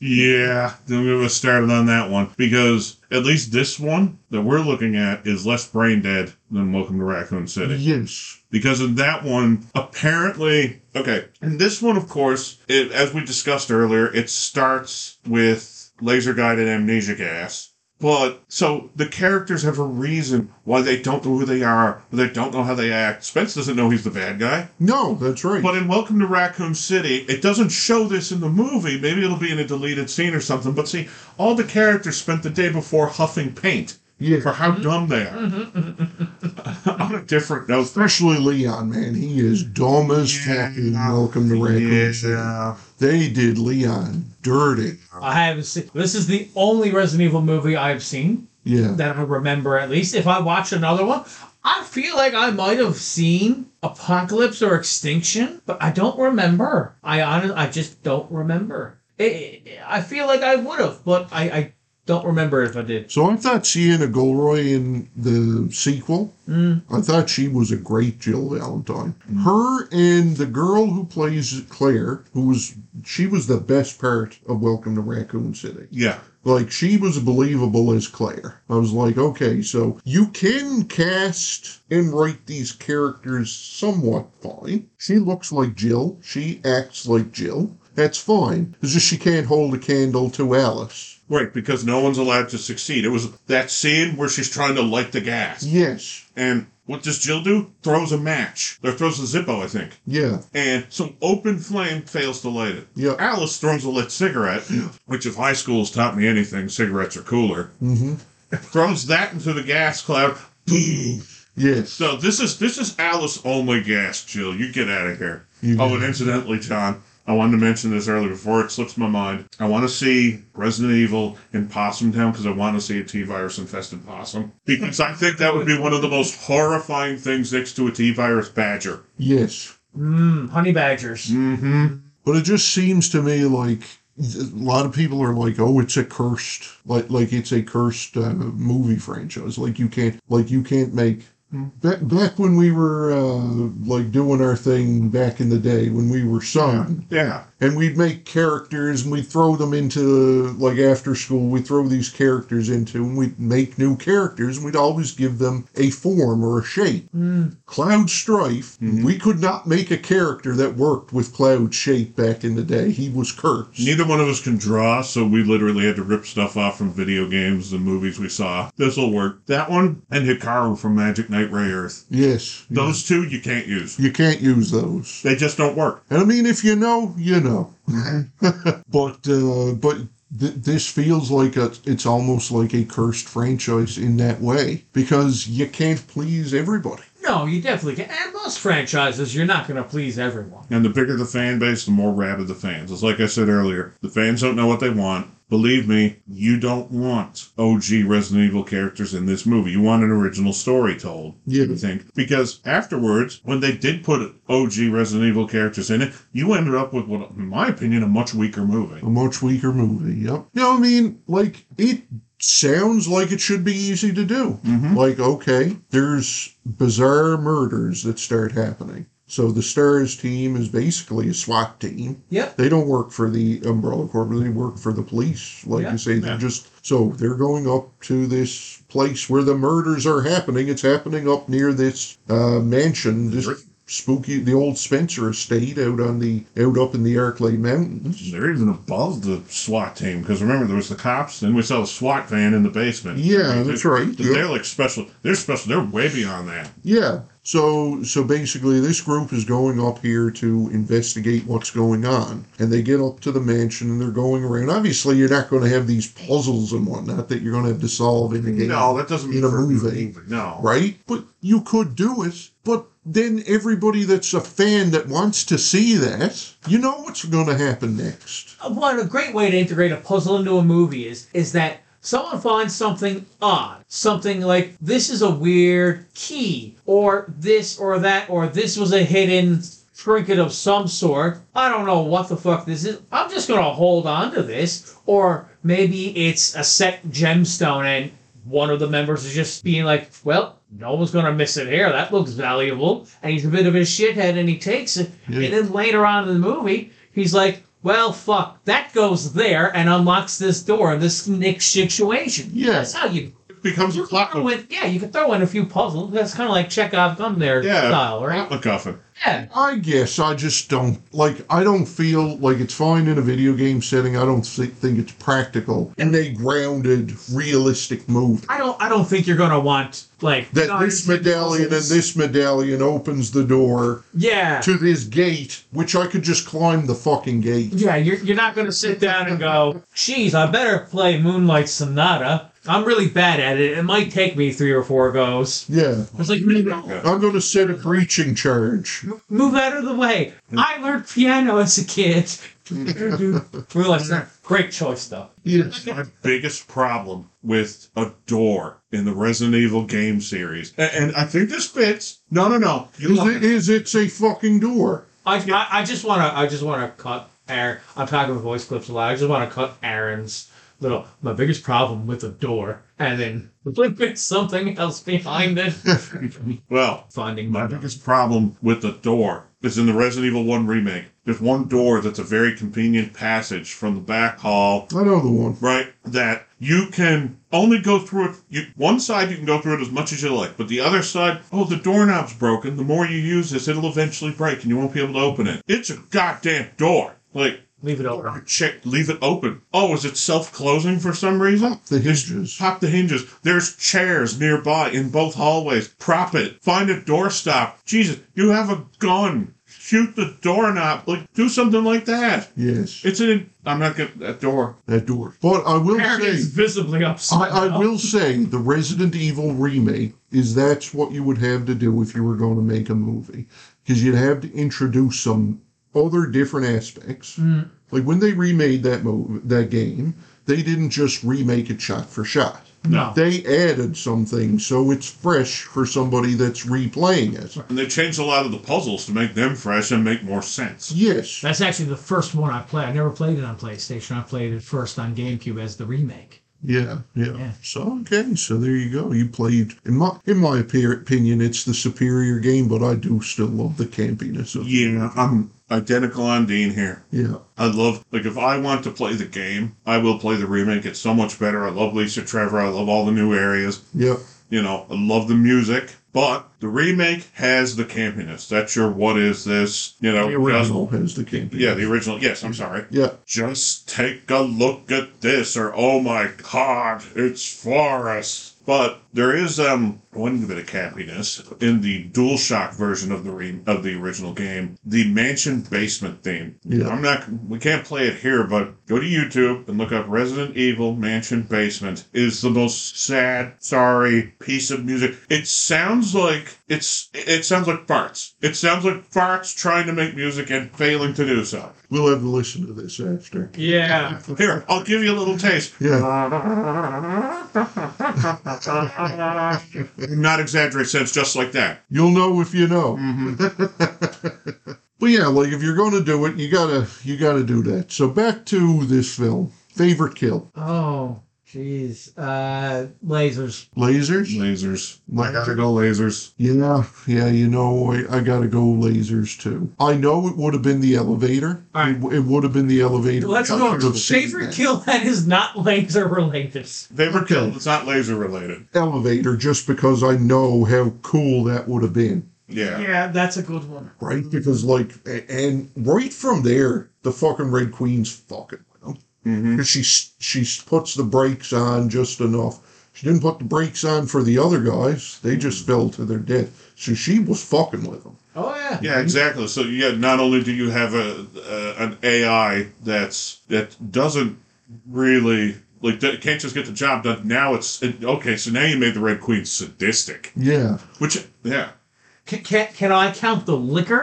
yeah, don't get us started on that one because at least this one that we're looking at is less brain dead than Welcome to Raccoon City Yes. because in that one apparently okay in this one of course it, as we discussed earlier it starts with laser guided amnesia gas but so the characters have a reason why they don't know who they are they don't know how they act spence doesn't know he's the bad guy No, that's right. but in Welcome to Raccoon City, it doesn't show this in the movie. Maybe it'll be in a deleted scene or something. But see, all the characters spent the day before huffing paint for yeah. how dumb they are. On a different note. Especially Leon, man. He is dumb as fuck in Welcome to Raccoon City. Yeah. They did Leon dirty. I haven't seen. This is the only Resident Evil movie I've seen Yeah. that I remember at least. If I watch another one, I feel like I might have seen Apocalypse or Extinction, but I don't remember. I honest, I just don't remember. It, it- I feel like I would have, but I, I don't remember if I did. So I thought Sienna Gilroy in the sequel, Mm. I thought she was a great Jill Valentine. Her and the girl who plays Claire, who was she was the best part of Welcome to Raccoon City. Yeah. Like she was believable as Claire. I was like, okay, so you can cast and write these characters somewhat fine. She looks like Jill. She acts like Jill. That's fine. It's just she can't hold a candle to Alice. Right, because no one's allowed to succeed. It was that scene where she's trying to light the gas. Yes. And what does Jill do? Throws a match. Or throws a Zippo, I think. Yeah. and some open flame fails to light it. Yeah. Alice throws a lit cigarette, which if high school's taught me anything, cigarettes are cooler. Mm-hmm. Throws that into the gas cloud. Boom! Yes. So this is this is Alice only gas, Jill. You get out of here. You oh, get and incidentally, John, I wanted to mention this earlier before it slips my mind. I want to see Resident Evil in Possum Town because I want to see a T-virus infested possum because I think that would be one of the most horrifying things next to a T-virus badger. yes. Mmm, honey badgers. Mm-hmm. But it just seems to me like a lot of people are like, "Oh, it's a cursed, like like it's a cursed uh, movie franchise. Like you can't, like you can't make." Back, back when we were uh, like doing our thing back in the day when we were signed, Yeah. and we'd make characters and we'd throw them into like after school we'd throw these characters into and we'd make new characters and we'd always give them a form or a shape Mm. cloud strife Mhm. we could not make a character that worked with cloud shape back in the day he was cursed Neither one of us can draw, so we literally had to rip stuff off from video games and movies we saw. This'll work. That one and Hikaru from Magic Knight Ray Earth. yes Those two you can't use. you can't use those They just don't work. and i mean if you know you know but uh, but th- this feels like a, it's almost like a cursed franchise in that way because you can't please everybody No, you definitely can. And most franchises, you're not going to please everyone. And the bigger the fan base, the more rabid the fans. It's like I said earlier, the fans don't know what they want. Believe me, you don't want OG Resident Evil characters in this movie. You want an original story told. Yeah. You think because afterwards, when they did put OG Resident Evil characters in it, you ended up with what, in my opinion, a much weaker movie. A much weaker movie. Yep. No, I mean, like it sounds like it should be easy to do. Mm-hmm. Like, okay, there's bizarre murders that start happening. So the Stars team is basically a SWAT team. Yep. They don't work for the Umbrella Corps, they work for the police. Like Yeah, you say, they're yeah. just so they're going up to this place where the murders are happening. It's happening up near this uh, mansion, this Right. spooky, the old Spencer estate out on the out up in the Arclay Mountains. They're even above the SWAT team because remember there was the cops, then we saw the SWAT van in the basement. Yeah, that's right. They're like special. They're special. They're way beyond that. Yeah. So so basically this group is going up here to investigate what's going on. And they get up to the mansion and they're going around. Obviously you're not going to have these puzzles and whatnot that you're going to have to solve in the game. No, that doesn't In mean a for movie. No, Right? But you could do it. But then everybody that's a fan that wants to see that, you know what's going to happen next. What a great way to integrate a puzzle into a movie is is that someone finds something odd, something like this is a weird key, or this or that, or this was a hidden trinket of some sort. I don't know what the fuck this is. I'm just gonna hold on to this, or maybe it's a set gemstone and one of the members is just being like, well. No one's gonna miss it here. That looks valuable, and he's a bit of a shithead, and he takes it. Yeah. And then later on in the movie, he's like, well, fuck, that goes there and unlocks this door in this next situation. Yeah. That's how you, It becomes you a can plot. throw in, yeah, you can throw in a few puzzles. That's kind of like Chekhov gun there Yeah, style, plot right? MacGuffin. Yeah. I guess I just don't like. I don't feel like it's fine in a video game setting. I don't thi- think it's practical in a grounded, realistic movie. I don't, I don't think you're going to want, like, That nine, this ten medallion and puzzles. this medallion opens the door Yeah. to this gate, which I could just climb the fucking gate. Yeah, you're, you're not going to sit down and go, geez, I better play Moonlight Sonata. I'm really bad at it. It might take me three or four goes. Yeah, It's like, no, I'm going to set a breaching charge. move out of the way. Mm. I learned piano as a kid. Moonlight Sonata. Mm. Great choice, though. Yeah, My biggest problem with a door in the Resident Evil game series, and, and I think this fits. No, no, no. You is, it, is it's a fucking door? I, I, I just want to I just want to cut Aaron. I'm talking with voice clips a lot. I just want to cut Aaron's little my biggest problem with the door and then flip it something else behind it. well, Finding my my biggest problem with the door is in the Resident Evil One remake. There's one door that's a very convenient passage from the back hall I know the one. right? That you can only go through it. You, one side you can go through it as much as you like, but the other side, oh, the doorknob's broken. The more you use this, it'll eventually break, and you won't be able to open it. It's a goddamn door. Like, leave it open. check, leave it open. Oh, is it self-closing for some reason? The hinges. Pop the hinges. There's chairs nearby in both hallways. Prop it. Find a doorstop. Jesus, you have a gun. shoot the doorknob. Like, do something like that. Yes, It's an. I'm not gonna that door. that door. But I will Eric is say, visibly upset. Oh, I, I now. will say, the Resident Evil remake is that's what you would have to do if you were going to make a movie, because you'd have to introduce some other different aspects. Mm. Like when they remade that movie, that game, they didn't just remake it shot for shot. No. They added some things so it's fresh for somebody that's replaying it. And they changed a lot of the puzzles to make them fresh and make more sense. Yes. That's actually the first one I played. I never played it on PlayStation. I played it first on GameCube as the remake. Yeah, yeah. Yeah. So okay, so there you go. You played in my in my appear- opinion, it's the superior game, but I do still love the campiness of Yeah, I'm identical on Dean here. yeah. I love like if I want to play the game, I will play the remake. It's so much better. I love Lisa Trevor. I love all the new areas. Yep. You know, I love the music. But the remake has the campiness. That's your what is this? You know, The original has the just- campiness. yeah, the original. Yes, I'm sorry. yeah. Just take a look at this, or oh my god, it's forest. But there is um one bit of campiness in the DualShock version of the re- of the original game, the mansion basement theme. Yeah. I'm not. We can't play it here, but go to YouTube and look up Resident Evil Mansion Basement. It Is the most sad, sorry piece of music. It sounds like it's. It sounds like farts. It sounds like farts trying to make music and failing to do so. We'll have to listen to this after. Yeah. Here, I'll give you a little taste. Yeah. Not exaggerate sense, just like that. You'll know if you know. Mm-hmm. But yeah, like if you're going to do it, you gotta you gotta do that. So back to this film. Favorite kill? Oh, jeez. Uh, lasers. Lasers. Lasers. I gotta go lasers. Yeah, yeah, you know, I, I gotta go lasers too. I know it would have been the elevator. All right. It, w- it would have been the elevator. Let's I go. could have seen Favorite that. kill that is not laser related. They were Okay. killed. It's not laser related. Elevator, just because I know how cool that would have been, Yeah. Yeah, that's a good one. right? Because like, a- and right from there, the fucking Red Queen's fucking. with 'em. Mm-hmm. 'Cause She s- she s- puts the brakes on just enough. She didn't put the brakes on for the other guys. They just fell to their death. So she was fucking with them. Oh, yeah. Yeah, exactly. So yeah, not only do you have a uh, an AI that's that doesn't really like that can't just get the job done. Now it's it, okay. So now you made the Red Queen sadistic, Yeah. which yeah, Can, can, can I count the liquor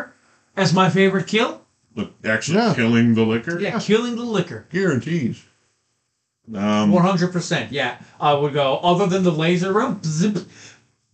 as my favorite kill? look, actually Yeah. killing the liquor. Yeah, killing the liquor. Guarantees. Um, 100%. Yeah, I would go, other than the laser room, zip,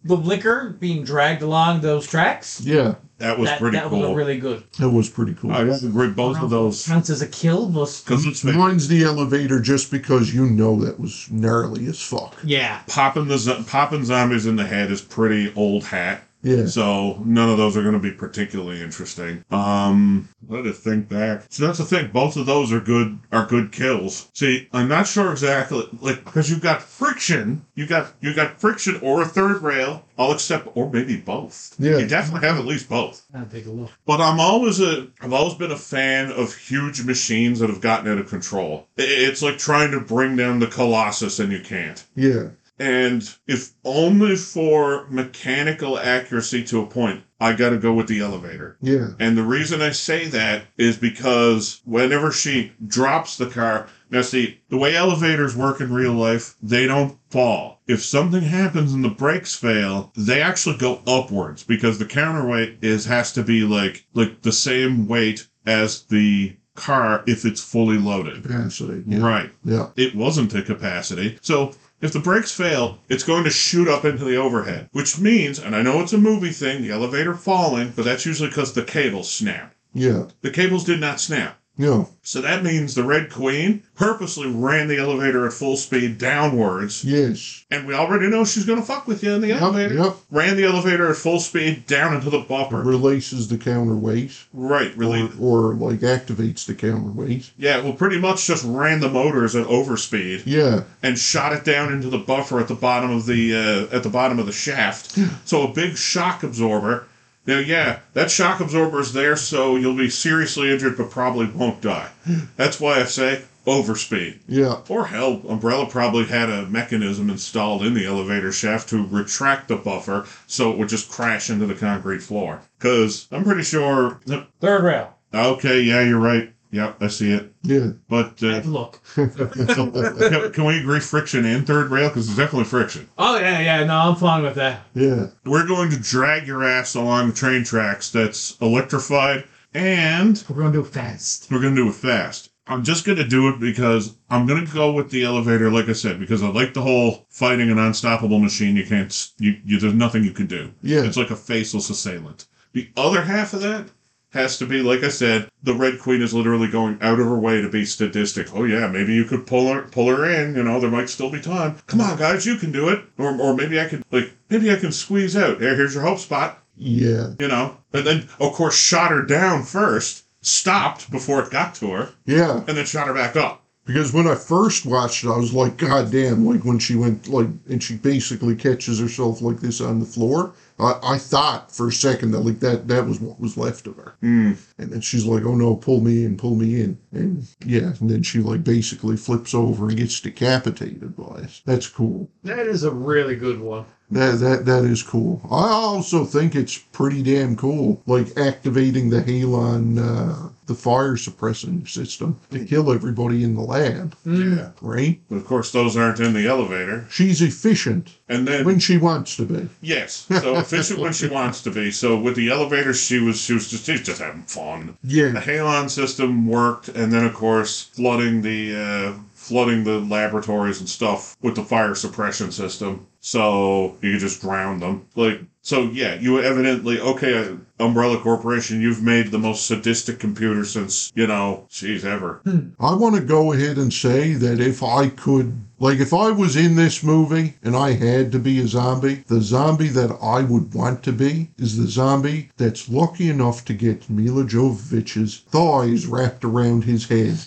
the liquor being dragged along those tracks. Yeah. that was that pretty that was cool. a really good. That was pretty cool. I agree. Both Wow. of those. Counts as a kill? Was, Because it's been Mine's the elevator just because you know that was gnarly as fuck. yeah. popping the zo- popping zombies in the head is pretty old hat. Yeah. So none of those are going to be particularly interesting. Um, let us think back. So that's the thing. Both of those are good are good kills. See, I'm not sure exactly like because you've got friction. You got you got friction or a third rail. I'll accept or maybe both. Yeah. You definitely have at least both. I'll take a look. But I'm always a I've always been a fan of huge machines that have gotten out of control. I- It's like trying to bring down the Colossus and you can't. Yeah. And if only for mechanical accuracy to a point, I got to go with the elevator. Yeah. And the reason I say that is because whenever she drops the car, now see, the way elevators work in real life, they don't fall. If something happens and the brakes fail, they actually go upwards because the counterweight is has to be like like the same weight as the car if it's fully loaded. Capacity. Yeah. Right Yeah. it wasn't to capacity. So if the brakes fail, it's going to shoot up into the overhead, which means, and I know it's a movie thing, the elevator falling, but that's usually because the cables snap. Yeah. The cables did not snap. No. So that means the Red Queen purposely ran the elevator at full speed downwards, Yes. and we already know she's going to fuck with you in the Yep. elevator. Yep. Ran the elevator at full speed down into the bumper. Releases the counterweight. Right, really. Or, or like activates the counterweight. Yeah, well, pretty much just ran the motors at overspeed. Yeah. and shot it down into the buffer at the bottom of the uh, at the bottom of the shaft. So a big shock absorber. Now, yeah, that shock absorber is there, so you'll be seriously injured, but probably won't die. That's why I say overspeed. Yeah. Or hell, Umbrella probably had a mechanism installed in the elevator shaft to retract the buffer so it would just crash into the concrete floor. Because I'm pretty sure. Third rail. Okay, yeah, you're right. Yep, I see it. Yeah. But uh, Look. can, can we agree friction and third rail? Because there's definitely friction. Oh yeah, yeah. No, I'm fine with that. Yeah. We're going to drag your ass along train tracks that's electrified and We're gonna do it fast. We're going to do it fast. I'm just going to do it because I'm going to go with the elevator, like I said, because I like the whole fighting an unstoppable machine. You can't, s- you, you there's nothing you can do. Yeah. It's like a faceless assailant. The other half of that has to be, like I said, the Red Queen is literally going out of her way to be sadistic. Oh yeah, maybe you could pull her, pull her in. You know, there might still be time. Come on, guys, you can do it. Or, or maybe I could, like, maybe I can squeeze out. Here, here's your hope spot Yeah. you know, and then of course shot her down first, stopped before it got to her, Yeah. and then shot her back up. Because when I first watched it, I was like, God damn, like when she went, like, and she basically catches herself like this on the floor. I, I thought for a second that, like, that, that was what was left of her. Mm. And then she's like, oh no, pull me in, pull me in. And yeah, and then she, like, basically flips over and gets decapitated by it. That's cool. That is a really good one. That, that that is cool. I also think it's pretty damn cool, like activating the Halon, uh, the fire suppressing system to kill everybody in the lab, Mm. Yeah. right? But of course, those aren't in the elevator. She's efficient And then when she wants to be. yes, so efficient when she wants to be. So with the elevator, she was she was just she was just having fun. The Yeah, halon system worked, and then of course flooding the uh, flooding the laboratories and stuff with the fire suppression system, so you could just drown them. Like so, yeah, you evidently okay, uh, Umbrella Corporation. You've made the most sadistic computer since you know, she's ever. I want to go ahead and say that if I could, like, if I was in this movie and I had to be a zombie, the zombie that I would want to be is the zombie that's lucky enough to get Mila Jovovich's thighs wrapped around his head.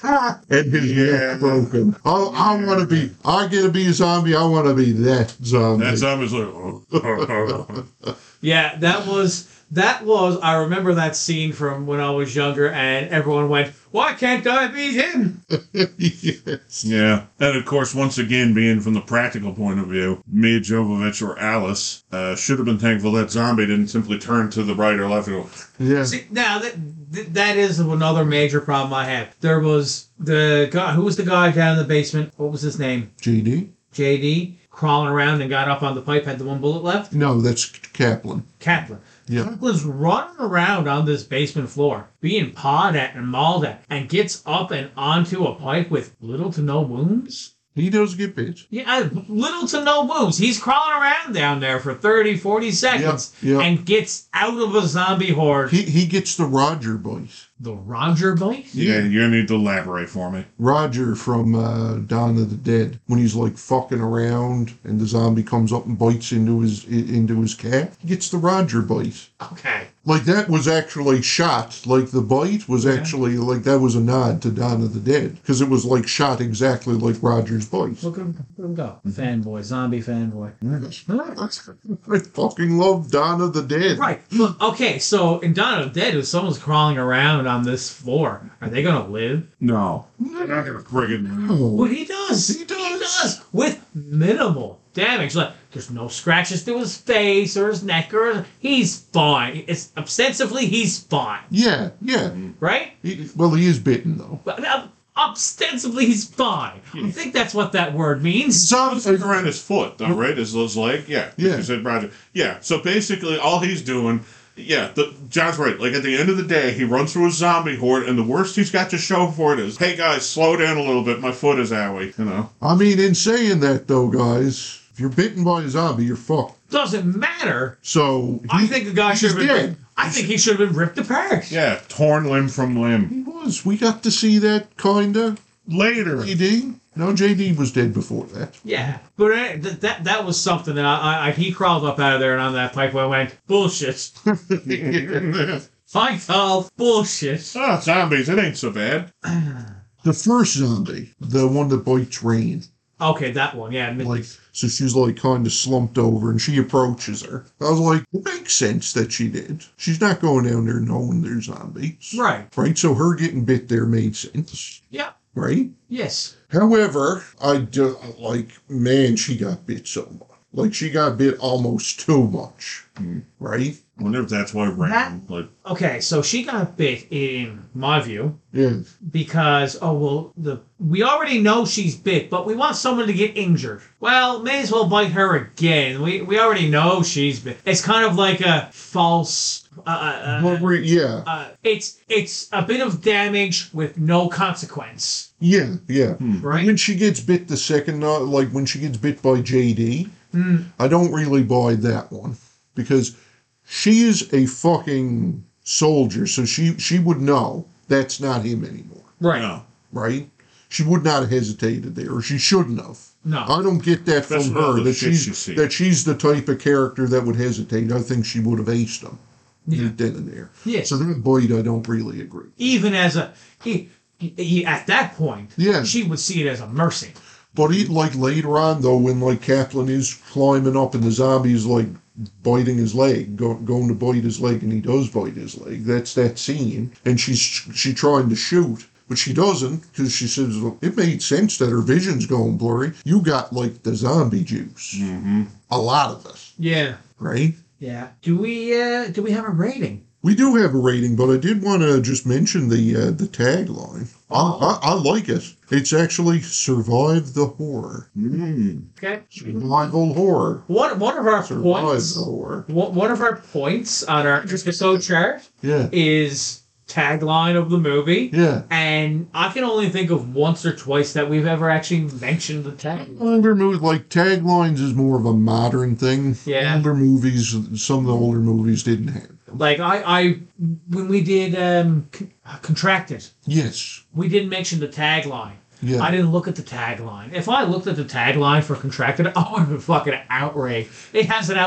and his Yeah. neck broken. I, I want to be. I get to be a zombie. I want to be that zombie. That zombie's like, oh. Yeah, that was that was. I remember that scene from when I was younger, and everyone went, "Why can't I beat him?" yes. yeah. And of course, once again, being from the practical point of view, Mia Jovovich or Alice uh, should have been thankful that zombie didn't simply turn to the right or left and go. Yeah. See, now that th- that is another major problem I have. There was the guy who was the guy down in the basement. What was his name? JD. JD crawling around and got up on the pipe. Had the one bullet left. No, that's Kaplan. Kaplan. Yeah. Kaplan's running around on this basement floor, being pawed at and mauled at, and gets up and onto a pipe with little to no wounds. He does get bitch. Yeah, I- little to no moves. He's crawling around down there for 30, 40 seconds yeah. and gets out of a zombie horde. He he gets the Roger boys. the Roger Bite? Yeah, you're gonna need to elaborate for me. Roger from uh, Dawn of the Dead when he's like fucking around and the zombie comes up and bites into his i- into his cat. He gets the Roger bite. Okay. Like that was actually shot. Like the bite was actually like that was a nod to Dawn of the Dead because it was like shot exactly like Roger's bite. Look at him, look at him go. Mm-hmm. Fanboy, zombie fanboy. I fucking love Dawn of the Dead. Right. Look, okay, so in Dawn of the Dead, if someone's crawling around on this floor, are they going to live? No, I'm not gonna friggin'. Oh, But he does. He does. With minimal damage. Like, there's no scratches to his face or his neck or. He's fine. It's ostensibly, he's fine. yeah, yeah. Right? He- well, he is bitten though. Well, now, Ostensibly, he's fine. Hmm. I think that's what that word means. Some, It's around his foot, though, right? His, his leg, yeah. Yeah. You said Roger. Yeah. So basically, all he's doing, yeah. The, John's right. Like at the end of the day, he runs through a zombie horde, and the worst he's got to show for it is, "Hey guys, slow down a little bit. My foot is owie." You know. I mean, in saying that though, guys, if you're bitten by a zombie, you're fucked. Doesn't matter. So he, I think the guy should have been. dead. I think he should have been ripped apart. Yeah, torn limb from limb. he was. We got to see that kinda. Later. JD. No, JD was dead before that. Yeah. But uh, th- that that was something that I, I he crawled up out of there and on that pipe. I went bullshit. Ah, I called bullshit. zombies. It ain't so bad. The first zombie, the one that bites Rain, Okay, that one. Yeah. admit- like so she's like kind of slumped over and she approaches her i was like it makes sense that she did she's not going down there knowing there's zombies right. right so her getting bit there made sense Yeah. right? Yes. However, I do like man, she got bit so much. Like she got bit almost too much, Mm. Hmm. right? wonder if that's why Ram That- like Okay, so she got bit in my view Yeah, because oh well the we already know she's bit, but we want someone to get injured. Well, may as well bite her again. We we already know she's bit. It's kind of like a false. Uh, uh, uh, but we yeah, uh, it's it's a bit of damage with no consequence, yeah, yeah. Hmm. right? When she gets bit the second night, like when she gets bit by JD, Hmm. I don't really buy that one because she is a fucking soldier, so she she would know that's not him anymore, Right. no. right? She would not have hesitated there, or she shouldn't have. No. I don't get that from That's not her the that shit you she's see. that she's the type of character that would hesitate. I think she would have aced him Yeah. right then and there. Yes. So that bite, I don't really agree. Even as a he, he- at that point, Yeah. she would see it as a mercy. But he, like later on though, when like Kaplan is climbing up and the zombie is like biting his leg, go, going to bite his leg, and he does bite his leg. That's that scene, and she's she trying to shoot. But she doesn't because she says "Well, it made sense that her vision's going blurry. You got like the zombie juice, Mm-hmm. a lot of it, Yeah. right? Yeah. Do we uh do we have a rating? We do have a rating, but I did want to just mention the uh, the tagline. I, I, I like it. It's actually survive the horror, Mm. Okay. survival horror, One one of our survive points the horror. one one of our points on our episode chart Yeah, is tagline of the movie. yeah. And I can only think of once or twice that we've ever actually mentioned the tagline. Older movies like taglines is more of a modern thing. Yeah. Older movies, some of the older movies didn't have. them. Like I, I when we did um Con- uh, contracted, Yes. we didn't mention the tagline. Yeah. I didn't look at the tagline. If I looked at the tagline for Contracted, I would have been fucking outraged. It has an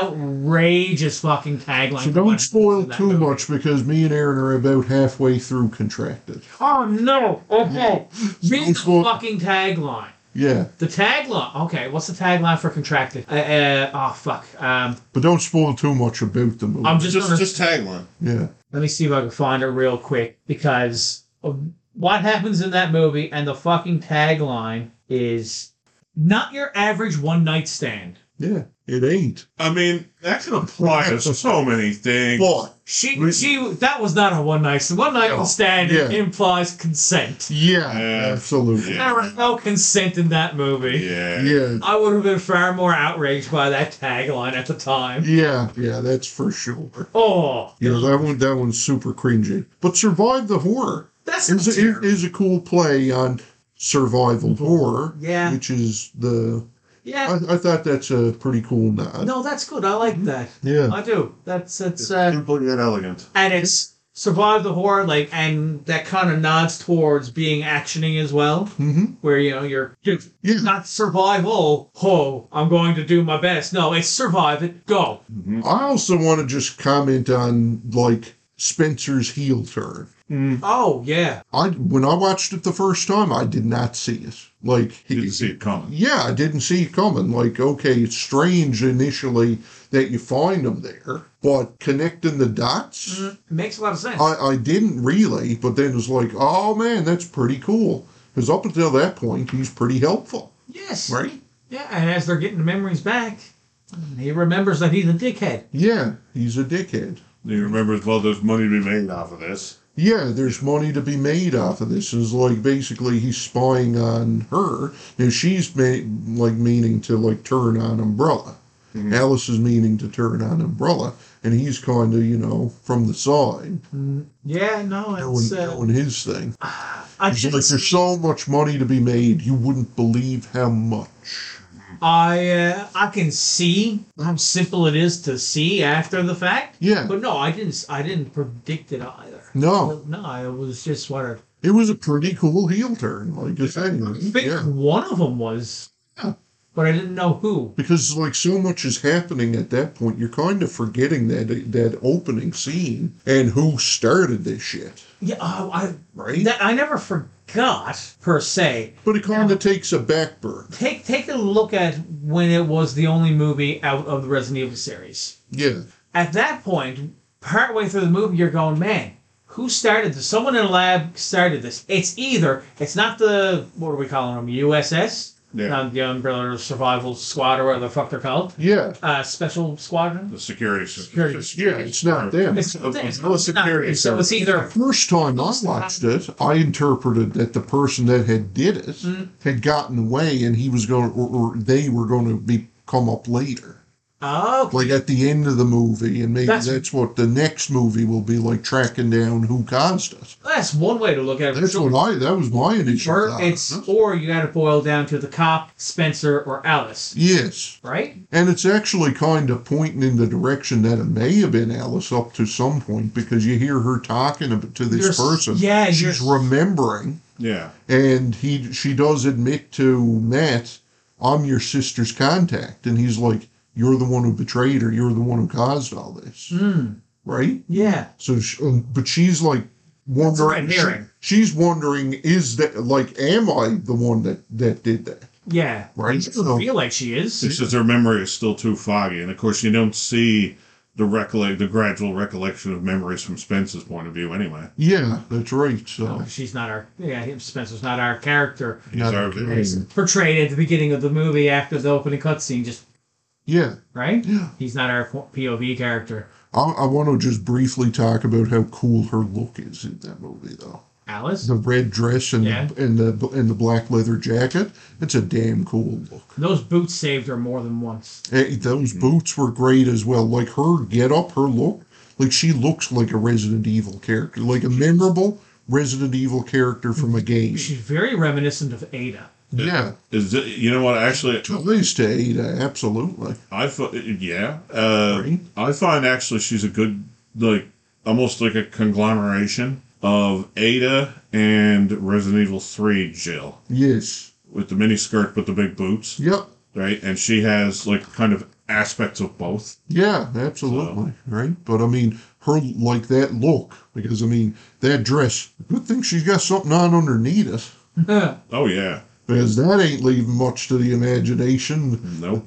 outrageous fucking tagline. so don't spoil That too movie. much because me and Aaron are about halfway through contracted. Oh no! Okay, read the Don't spoil- fucking tagline. Yeah, The tagline. Okay, what's the tagline for Contracted? Uh, uh, oh fuck. Um, but don't spoil too much about the movie. I'm just, Just just, gonna. tagline. yeah. Let me see if I can find it real quick because of what happens in that movie and the fucking tagline is not your average one night stand. Yeah. It ain't. I mean, that can apply to so many things. But She Really? she that was not a one night stand. One night No. stand Oh, Yeah. implies consent. Yeah, Yeah. absolutely. Yeah. There was no consent in that movie. yeah. Yeah, I would have been far more outraged by that tagline at the time. yeah, yeah, that's for sure. Oh, Yeah, that one, that one's super cringy. But Survive the Horror that's is not a, it terrible. is a cool play on survival horror, Yeah. which is the. yeah. I, I thought that's a pretty cool nod. No, that's good. I like that. Yeah, I do. That's that's uh, Simply yet elegant. and it's survive the horror like and that kind of nods towards being actioning as well mm-hmm. where you know you're dude, yeah. not survival ho i'm going to do my best no it's survive it go I also want to just comment on like Spencer's heel turn. Mm-hmm. oh yeah I when I watched it the first time, I did not see it. Like he- Didn't see it coming. yeah, I didn't see it coming. Like, okay, it's strange initially that you find them there, but connecting the dots, Mm, it makes a lot of sense I, I didn't really. But then it was like, oh man, that's pretty cool. Because up until that point, he's pretty helpful, yes right? yeah and as they're getting the memories back he remembers that he's a dickhead Yeah, he's a dickhead. You remember as well, there's money to be made off of this. Yeah, there's money to be made off of this. It's like basically he's spying on her. Now she's ma- like meaning to like turn on Umbrella. Mhm. Alice is meaning to turn on Umbrella, and he's kind of you know from the side Mm, yeah no doing, it's uh, doing his thing. I, It's like didn't there's see- so much money to be made, you wouldn't believe how much. I, uh, I can see how simple it is to see after the fact Yeah, But no, I didn't. I didn't predict it either. no, No, it was just what a it was a pretty cool heel turn, like you're saying. I think Yeah. one of them was, Yeah. but I didn't know who. because like so much is happening at that point you're kind of forgetting that that opening scene and who started this shit Yeah, oh, I right that I never forgot per se. but it kind of takes a back burn Take take a look at when it was the only movie out of the Resident Evil series. yeah At that point, partway through the movie, you're going, man, Who started this? Someone in the lab started this. It's either it's not the what are we calling them? USS, Yeah. not the Umbrella Survival Squad or whatever the fuck they're called. Yeah. Uh, Special Squadron. The security system. Security. Yeah, it's not them. It's, Of- it's of- it's not- security So it's The either first time I watched it, I interpreted that the person that had did it had gotten away, and he was going, or, or they were going to be come up later, oh like at the end of the movie, and maybe That's- that's, what the next movie will be like, tracking down who caused it. that's one way to look at it. That's what I. That was my initial. Or thought. it's or you got to boil down to the cop, Spencer, or Alice, yes. right? And it's actually kind of pointing in the direction that it may have been Alice up to some point because you hear her talking ab- to this You're s- person. yeah, you're she's s- remembering, Yeah. and he she does admit to Matt, "I'm your sister's contact," and he's like, "You're the one who betrayed her. You're the one who caused all this, Mm, right?" yeah. So, she, um, but she's like wondering. I'm hearing. she- she's wondering, is that like, am I the one that that did that? Yeah. Right. It doesn't So- feel like she is. It's just her memory is still too foggy. And of course, you don't see the recollect, the gradual recollection of memories from Spence's point of view anyway. Yeah, that's right. So. Oh, She's not our yeah. him- Spencer's not our character He's Not our- okay. portrayed at the beginning of the movie after the opening cutscene. Just Yeah, right. yeah. He's not our POV character. I, I want to just briefly talk about how cool her look is in that movie, though. Alice. The red dress and Yeah. the, and the and the black leather jacket. It's a damn cool look. Those boots saved her more than once. Eh, those boots were great as well. Like her get up, her look. Like she looks like a Resident Evil character, like a memorable Resident Evil character from a game. She's very reminiscent of Ada. Yeah, Is it, you know what? Actually, to at least to Ada, absolutely. I thought, yeah. Uh, Right. I find actually she's a good, like, almost like a conglomeration of Ada and Resident Evil 3 Jill Yes. with the mini skirt but the big boots, Yep. right? And she has, like, kind of aspects of both. Yeah, absolutely. Right. But I mean, her like that look, because I mean, that dress, good thing she's got something on underneath it, Oh, yeah. because that ain't leaving much to the imagination. Nope.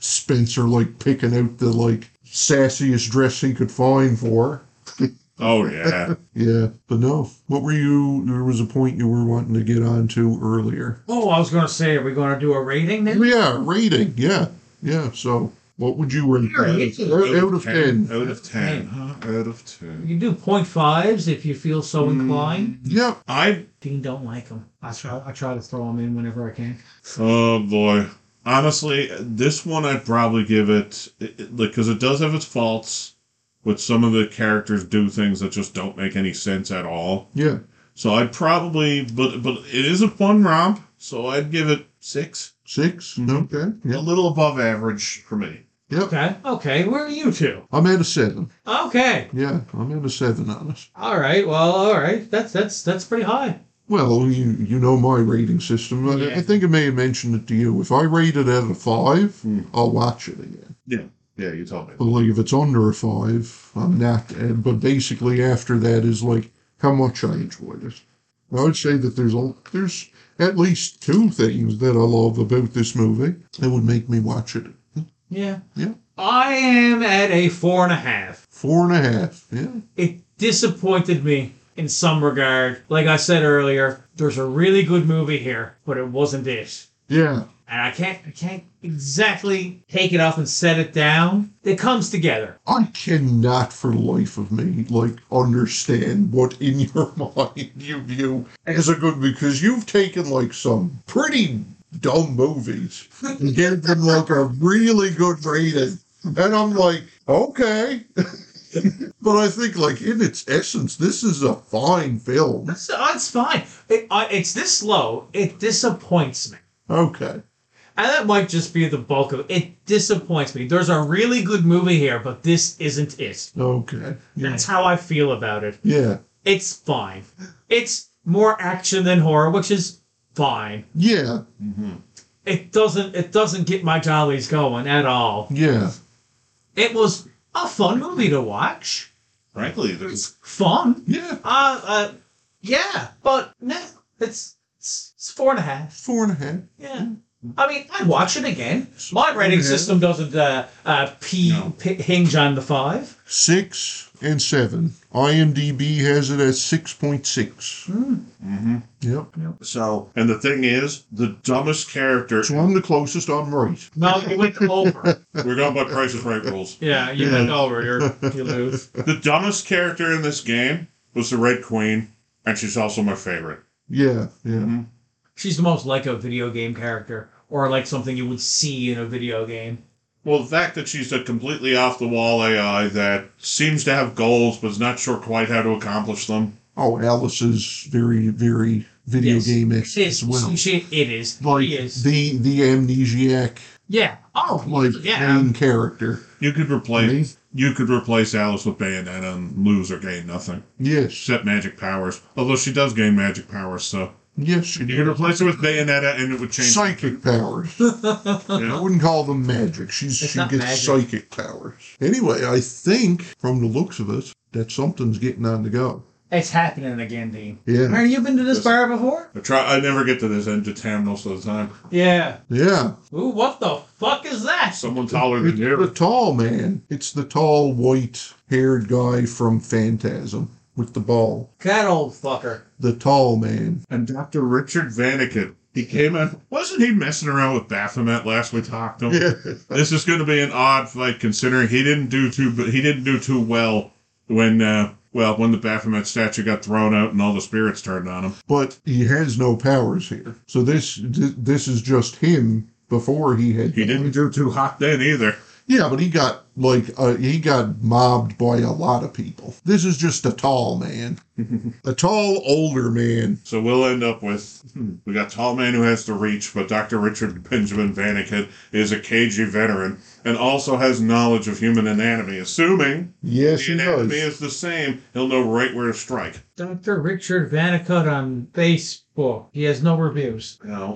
Spencer, like, picking out the, like, sassiest dress he could find for her. Oh, yeah. Yeah. But no, what were you, there was a point you were wanting to get on to earlier. Oh, oh, I was gonna say, are we gonna do a rating then? Yeah, rating. Yeah. Yeah. So, what would you rate? Sure, that? it's a- Out of 10. Out of 10. Huh? Out of 10. You do point fives if you feel so Hmm. inclined. Yep. I, Dean don't like them. I try. I try to throw them in whenever I can. oh, boy. Honestly, this one I'd probably give it, it it- like, because it does have its faults, but some of the characters do things that just don't make any sense at all. Yeah. So I'd probably, but but it is a fun romp, so I'd give it 6 6 Okay. A Yep. little above average for me. Yep. Okay. Okay. Where are you two? I'm at a seven. Okay. Yeah, I'm at a seven on it. All right. Well. All right. That's that's that's pretty high. Well, you you know my rating system. I, Yeah. I think I may have mentioned it to you. If I rate it at a five, Hmm. I'll watch it again. Yeah. Yeah, you told me. But like if it's under a five, I'm not. uh, But basically, after that is like how much I enjoyed it. I would say that there's a, there's at least two things that I love about this movie that would make me watch it. Yeah. Yeah. I am at a four and a half. Four and a half. Yeah. It disappointed me in some regard. Like I said earlier, there's a really good movie here, but it wasn't it. Yeah. And I can't. I can't exactly take it off and set it down. It comes together. I cannot for the life of me like understand what in your mind you view as a good because you've taken like some pretty dumb movies and gave them like a really good rating. And I'm like, okay. but I think like in its essence, this is a fine film. That's that's fine. It, I, it's this slow. It disappoints me. Okay. And that might just be the bulk of it. It disappoints me. There's a really good movie here, but this isn't it. Okay. Yeah. That's how I feel about it. Yeah. It's fine. It's more action than horror, which is fine. Yeah. Mm-hmm. It doesn't it doesn't get my jollies going at all. Yeah. It was a fun movie to watch. Frankly, there's Fun. Yeah. Uh, uh yeah, but no, it's, it's it's four and a half. Four and a half. Yeah. I mean, I'd watch it again. My rating Mhm. system doesn't uh, uh, p- No. p- hinge on the five. Six and seven. IMDb has it at 6.6. Mm-hmm. Hmm. Yep. So, and the thing is, the dumbest character. So I'm the closest. I'm right. No, you went over. We're going by Price is Right rules. Yeah, you went over. You're, you lose. The dumbest character in this game was the Red Queen, and she's also my favorite. Yeah. Yeah. She's the most like a video game character, or like something you would see in a video game. Well, the fact that she's a completely off the wall AI that seems to have goals but is not sure quite how to accomplish them. Oh, Alice is very, very video Yes. game It esque is. as well. She, it is. Like She is. the the amnesiac yeah. Oh, like yeah. main character. You could replace Me? you could replace Alice with Bayonetta and lose or gain nothing Yes. except magic powers. Although she does gain magic powers, so Yes. she you could did. replace her with Bayonetta and it would change. Psychic powers. Yeah. I wouldn't call them magic. She's It's she not gets magic. psychic powers. Anyway, I think from the looks of it that something's getting on the go. It's happening again, Dean. Yeah. Mary, you been to this bar before? I try. I never get to this end of town most of the time. Yeah. Yeah. Ooh, what the fuck is that? Someone taller It's than the you. tall man. It's the tall white haired guy from Phantasm with the ball. That old fucker. The tall man. And Dr. Richard Vanikin. He came in. Wasn't he messing around with Baphomet last we talked to him? This is going to be an odd fight considering he didn't do too. But he didn't do too well when. Uh, well, when the Baphomet statue got thrown out and all the spirits turned on him. but he has no powers here. So this th- this is just him before he had. He didn't do too hot then either. Yeah, but he got like uh, he got mobbed by a lot of people. This is just a tall man, a tall older man. So we'll end up with we got tall man who has the reach, but Dr. Richard Benjamin Vanikin is a KG veteran and also has knowledge of human anatomy. Assuming Yes, the he anatomy does. is the same, he'll know right where to strike. Dr. Richard Vanicut on Facebook. He has no reviews. No,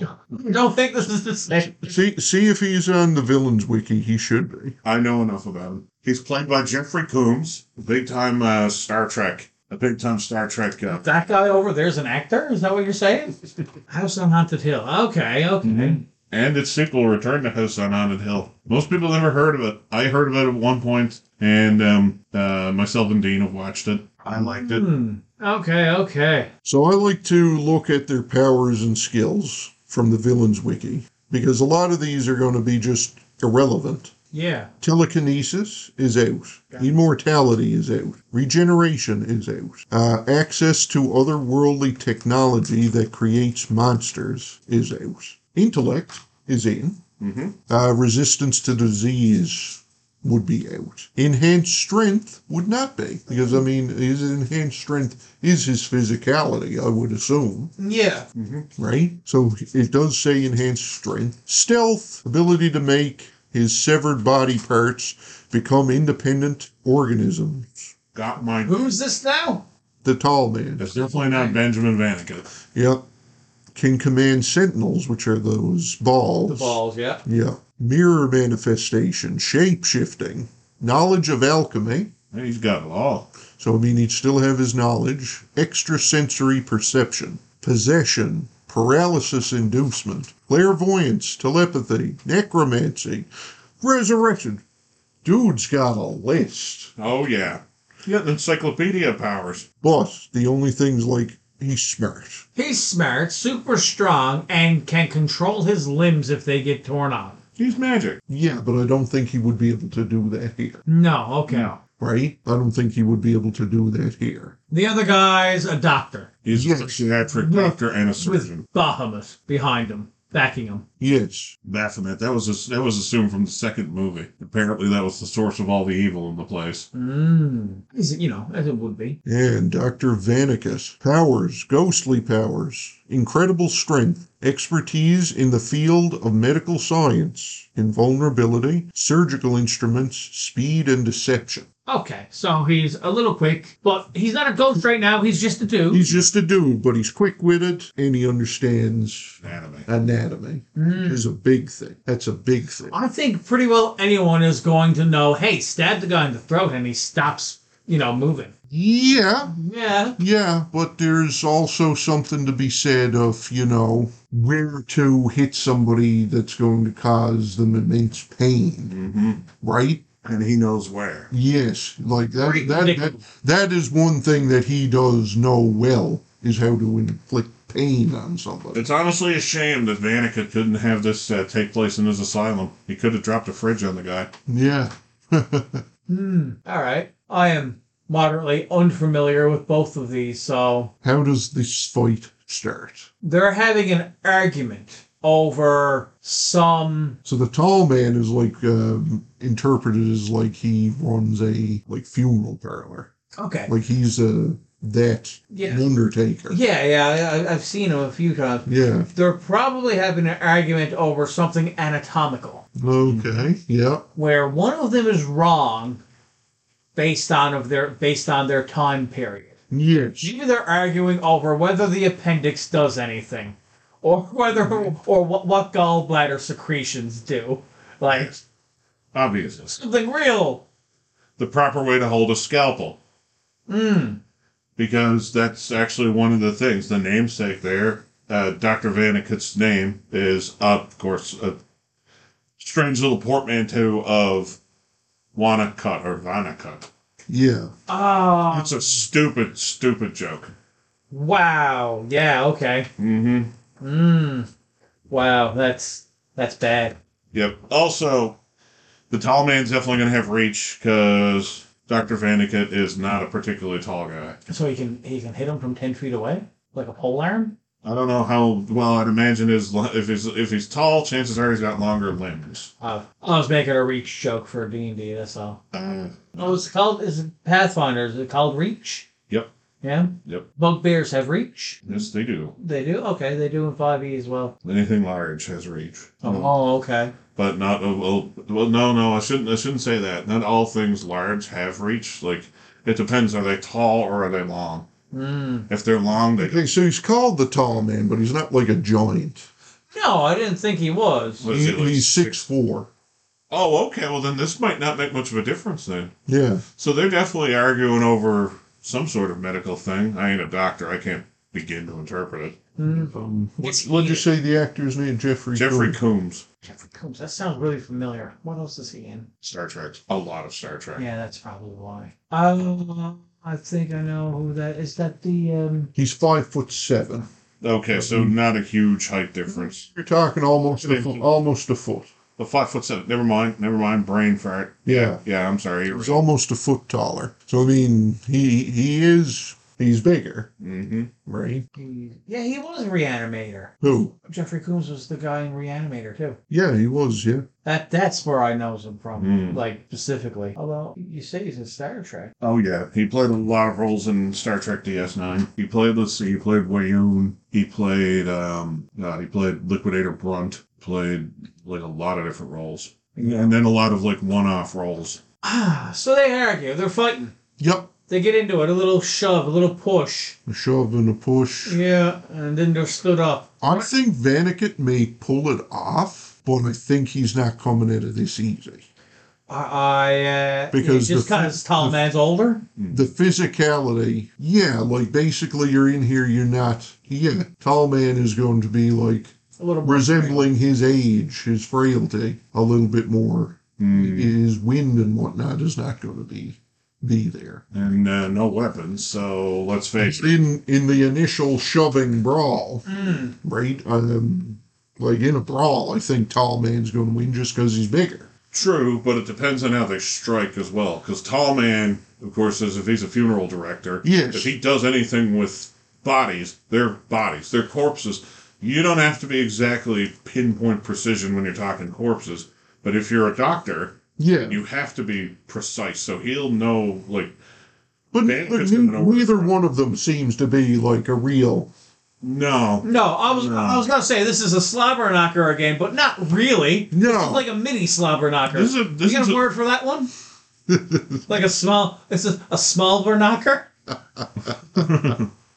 Don't think this is the same. See, see if he's on the villains wiki. He should be. I know enough about him. He's played by Jeffrey Coombs, a big time uh, Star Trek, a big time Star Trek guy. That guy over there's an actor? Is that what you're saying? House on Haunted Hill. Okay, okay. Mhm. And its sequel, Return to House on Haunted Hill. Most people never heard of it. I heard of it at one point, and um, uh, myself and Dean have watched it. I liked it. Hmm. Okay, okay. So I like to look at their powers and skills from the villains wiki because a lot of these are going to be just irrelevant. Yeah. Telekinesis is out. Okay. Immortality is out. Regeneration is out. Uh, access to otherworldly technology that creates monsters is out. Intellect is in. Mm-hmm. Uh, resistance to disease would be out. Enhanced strength would not be. Because, I mean, his enhanced strength is his physicality, I would assume Yeah. right? So it does say enhanced strength. Stealth, ability to make his severed body parts become independent organisms. Got mine. Who's this now? The tall man. That's definitely not Benjamin Vanica. Yep. Can command sentinels, which are those balls. The balls, yeah. Yeah. Mirror manifestation, shape shifting, knowledge of alchemy. He's got it all. So, I mean, he'd still have his knowledge. Extrasensory perception, possession, paralysis inducement, clairvoyance, telepathy, necromancy, resurrection. Dude's got a list. Oh yeah. He got encyclopedia powers. But the only thing's like, he's smart. He's smart, super strong, and can control his limbs if they get torn off. He's magic. Yeah, but I don't think he would be able to do that here, No, okay. right? I don't think he would be able to do that here. The other guy's a doctor He's Yes. a psychiatric doctor and a surgeon. with Bahamas behind him, backing him. Yes. Baphomet. That was that was assumed from the second movie. Apparently, that was the source of all the evil in the place. Mm. Is it, you know, as it would be. And Dr. Vanicus. Powers, ghostly powers, incredible strength, expertise in the field of medical science, invulnerability, surgical instruments, speed, and deception. Okay, so he's a little quick, but he's not a ghost right now. He's just a dude. He's just a dude, but he's quick witted and he understands Anatomy. anatomy, Hmm. which is a big thing. That's a big thing. I think pretty well anyone is going to know. Hey, stab the guy in the throat, and he stops, you know, moving. Yeah, Yeah. yeah, but there's also something to be said of, you know, where to hit somebody that's going to cause them immense pain, hmm right? And he knows where. Yes, like that, Great that, Nick. that, that is one thing that he does know well is how to inflict pain on somebody. It's honestly a shame that Vanica couldn't have this uh, take place in his asylum. He could have dropped a fridge on the guy. Yeah. Hmm. All right. I am moderately unfamiliar with both of these, so How does this fight start? they're having an argument over some. So the tall man is like um, interpreted as like he runs a like funeral parlor, Okay. like he's a that Yeah. undertaker. Yeah, yeah. I, I've seen them a few times. Yeah. They're probably having an argument over something anatomical. Okay. Yeah. where one of them is wrong based on of their based on their time period. Yes. Usually they're arguing over whether the appendix does anything, or whether or what, what gallbladder secretions do, like Obvious. something real. The proper way to hold a scalpel. Mm. because that's actually one of the things. The namesake there, uh, Dr. Vanikut's name is, uh, of course, a strange little portmanteau of Wanakut or Vanacut. Yeah. Ah, That's a stupid, stupid joke. wow. Yeah. Okay. Mm-hmm. Mm. Wow. That's that's bad. Yep. Also, the tall man's definitely going to have reach because Dr. Vanikut is not a particularly tall guy. So he can he can hit him from ten feet away like a pole arm. I don't know how well I'd imagine his lo- if he's if he's tall, chances are he's got longer limbs. Oh, I was making a reach joke for D and D. That's all. Uh, Oh, it's called is it Pathfinder. Is it called Reach? Yep. Yeah. Yep. Bugbears have Reach. yes, they do. They do. Okay, they do in Five E as well. Anything large has reach. Oh, okay. But not uh, well, well. No, no, I shouldn't. I shouldn't say that. Not all things large have reach. Like it depends. Are they tall or are they long? Mm. If they're long, they Okay, so he's called the tall man, but he's not like a giant. No, I didn't think he was. What is He- it, like he's six- six four. Oh, okay. Well, then this might not make much of a difference then. Yeah. So they're definitely arguing over some sort of medical thing. I ain't a doctor. I can't begin to interpret it. Mm. Um, what, It's what'd you either- say the actor's name? Jeffrey. Jeffrey Combs. Coombs, Jeffrey Combs. That sounds really familiar. What else is he in? Star Trek, a lot of Star Trek. Yeah, that's probably why. Uh, I think I know who that is. That the um. He's five foot seven. Okay, so not a huge height difference. You're talking almost a foot, almost a foot. The five foot seven. Never mind. Never mind. Brain fart. Yeah. Yeah, I'm sorry. You're He's almost a foot taller. So I mean, he he is he's bigger, Mm-hmm. right? He, yeah, he was Reanimator. Who? Jeffrey Combs was the guy in Reanimator too. Yeah, he was. Yeah. That that's where I knows him from, Mm. like specifically. Although you say he's in Star Trek. Oh yeah, he played a lot of roles in Star Trek DS9. He played, let's see, he played Wayoon. He played, um, uh, he played Liquidator Brunt. Played like a lot of different roles, and then a lot of like one-off roles. Ah, so they argue. They're fighting. Yep. They get into it. A little shove, a little push. A shove and a push. Yeah, and then they're stood up. I think Vanikit may pull it off, but I think he's not coming into this easy. I, I uh, Because just the- kind of tall the- man's older. The physicality, yeah, like basically you're in here, you're not. Yeah, tall man is going to be like A little more resembling his age, his frailty, a little bit more. Mm. His wind and whatnot is not going to be be there. And uh, no weapons, so let's face it. In in the initial shoving brawl, Mm. right? Um, like in a brawl, I think tall man's going to win just because he's bigger. True, but it depends on how they strike as well. Because Tall Man, of course, is if he's a funeral director, Yes. if he does anything with bodies, their bodies, their corpses, you don't have to be exactly pinpoint precision when you're talking corpses. But if you're a doctor, Yeah, you have to be precise. So he'll know, like, but, Vanek but is ne- gonna know where neither it's from. one of them seems to be like a real. no, No, I was No. I was gonna say this is a slobber knocker again, but not really. No. like a mini slobber knocker. this is a, this you got is a a, word for that one? like a small. It's a, a small knocker.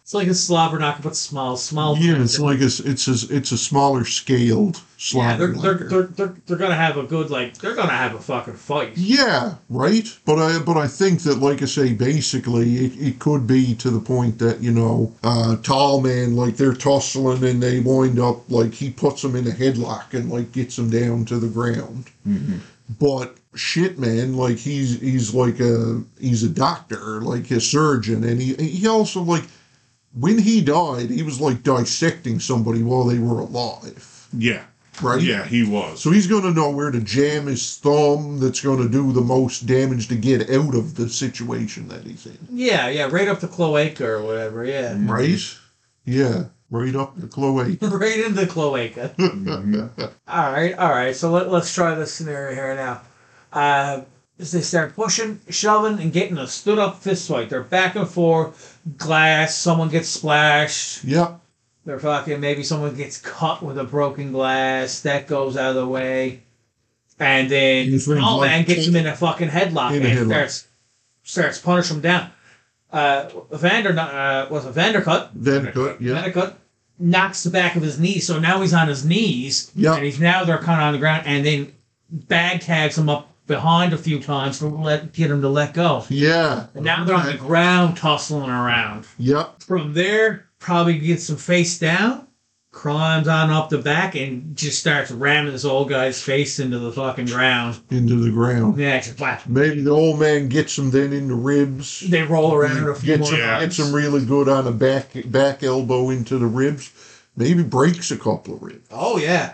It's like a slobberknocker, but small, small. Yeah, it's like a, s- it's a, it's a smaller scaled Yeah, slobber they're, they're, knocker. they're, they're, they're gonna have a good like they're gonna have a fucking fight. Yeah, right. But I but I think that, like I say, basically it, it could be to the point that you know, uh, tall man like they're tussling and they wind up like he puts them in a headlock and like gets them down to the ground. But shit, man, like he's he's like a he's a doctor, like a surgeon, and he he also like when he died, he was like dissecting somebody while they were alive, Yeah. right? Yeah, he was. So he's going to know where to jam his thumb that's going to do the most damage to get out of the situation that he's in. Yeah, yeah, right up the cloaca or whatever. Yeah, Right? Yeah. Right up the cloaca. right into the cloaca. All right, all right. So let, let's try this scenario here now. Uh, as they start pushing, shoving, and getting a stood up fist fight, they're back and forth. Glass, someone gets splashed. Yep. They're fucking. Maybe someone gets cut with a broken glass. That goes out of the way, and then He's wearing oh man black gets him in a fucking headlock In and a headlock. starts starts punishing him down. Uh, Vander uh, was a Vandercut. Then cut. Yeah. Vandercut knocks the back of his knee, so now he's on his knees. Yeah. and he's now they're kind of on the ground, and then bag tags him up behind a few times to let get him to let go. Yeah. And now they're on the ground tussling around. Yep. From there, probably gets some face down, climbs on up the back, and just starts ramming this old guy's face into the fucking ground. Into the ground. Yeah, just blast. Maybe the old man gets him then in the ribs. They roll around a few Gets more. him, Yeah. gets him really good on a back back elbow into the ribs. Maybe breaks a couple of ribs. Oh yeah,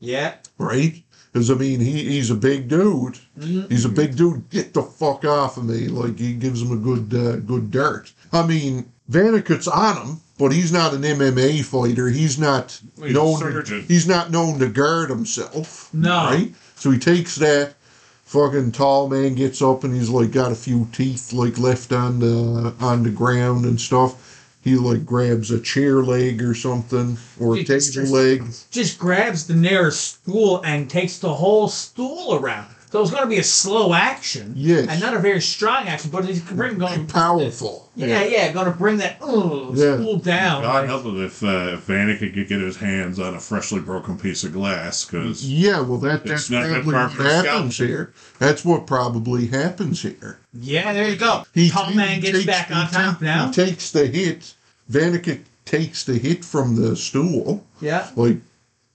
yeah. right? Because I mean, he, he's a big dude. Mm-hmm. He's a big dude. Get the fuck off of me! Like he gives him a good uh, good dirt. I mean, Vandercut's on him, but he's not an MMA fighter. He's not He's a known. surgeon. He's not known to guard himself. No. right? So he takes that. Fucking tall man gets up and he's like got a few teeth like left on the on the ground and stuff. He like grabs a chair leg or something or a Jesus. table leg. Just grabs the nearest stool and takes the whole stool around. So it's going to be a slow action. Yes. And not a very strong action, but he's bring going. Powerful. Yeah, yeah, going to bring that ooh, Yeah. stool down. God help him if, uh, if Vanek could get his hands on a freshly broken piece of glass, because Yeah, well, that, that's It's not good probably for our what happens skeleton. here. That's what probably happens here. yeah, there you go. Tall ta- man gets takes- back on he top ta- now. He takes the hit. Vanica takes the hit from the stool, Yeah. like,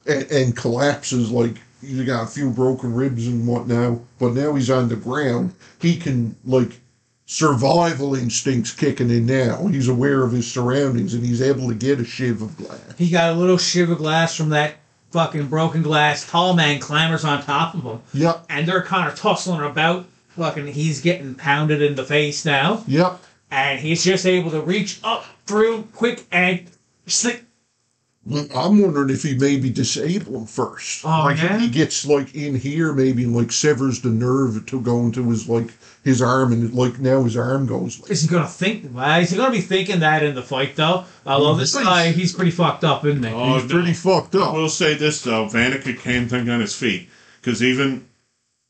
and, and collapses. Like he's got a few broken ribs and what now, but now he's on the ground. He can like survival instincts kicking in now. He's aware of his surroundings and he's able to get a shiv of glass. He got a little shiver glass from that fucking broken glass. Tall man clambers on top of him, Yep, and they're kind of tussling about. Fucking, he's getting pounded in the face now, yep. and he's just able to reach up through quick and stick. I'm wondering if he maybe disabled him first. Oh, like yeah? he gets like in here maybe and like severs the nerve to go into his like his arm and like now his arm goes like Is he gonna think? Well, is he gonna be thinking that in the fight though? Although this guy, he's pretty fucked up, isn't he? Oh, he's no. pretty fucked I up. will say this though, Vanek came thinking on his feet, because even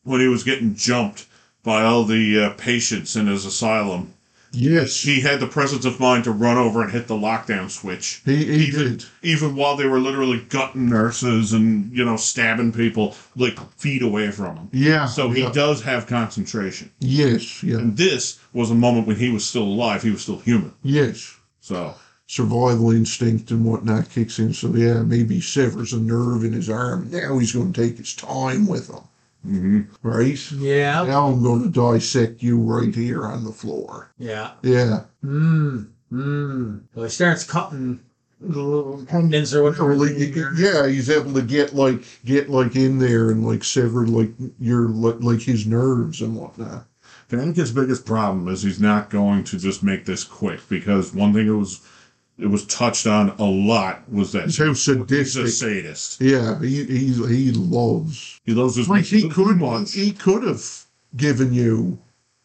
when he was getting jumped by all the uh, patients in his asylum, yes. He he had the presence of mind to run over and hit the lockdown switch. he even, did. even while they were literally gutting nurses and you know stabbing people like feet away from him. Yeah. So he yeah. does have concentration. Yes, yeah. And this was a moment when he was still alive. He was still human. Yes. So Survival instinct and whatnot kicks in. So yeah, maybe he severs a nerve in his arm. Now he's gonna take his time with him. Mm-hmm. Right? Yeah. Now I'm gonna dissect you right here on the floor. Yeah. Yeah. Mmm. Mmm. So he starts cutting little tendons or whatever. Well, he- he- yeah, he's able to get like get like in there and like sever like your like, like his nerves and whatnot. Vanek's biggest problem is he's not going to just make this quick because one thing it was it was touched on a lot was that It's how he's a sadistic. sadist. Yeah, he he he loves. He loves his Like he his could wants. he could have given you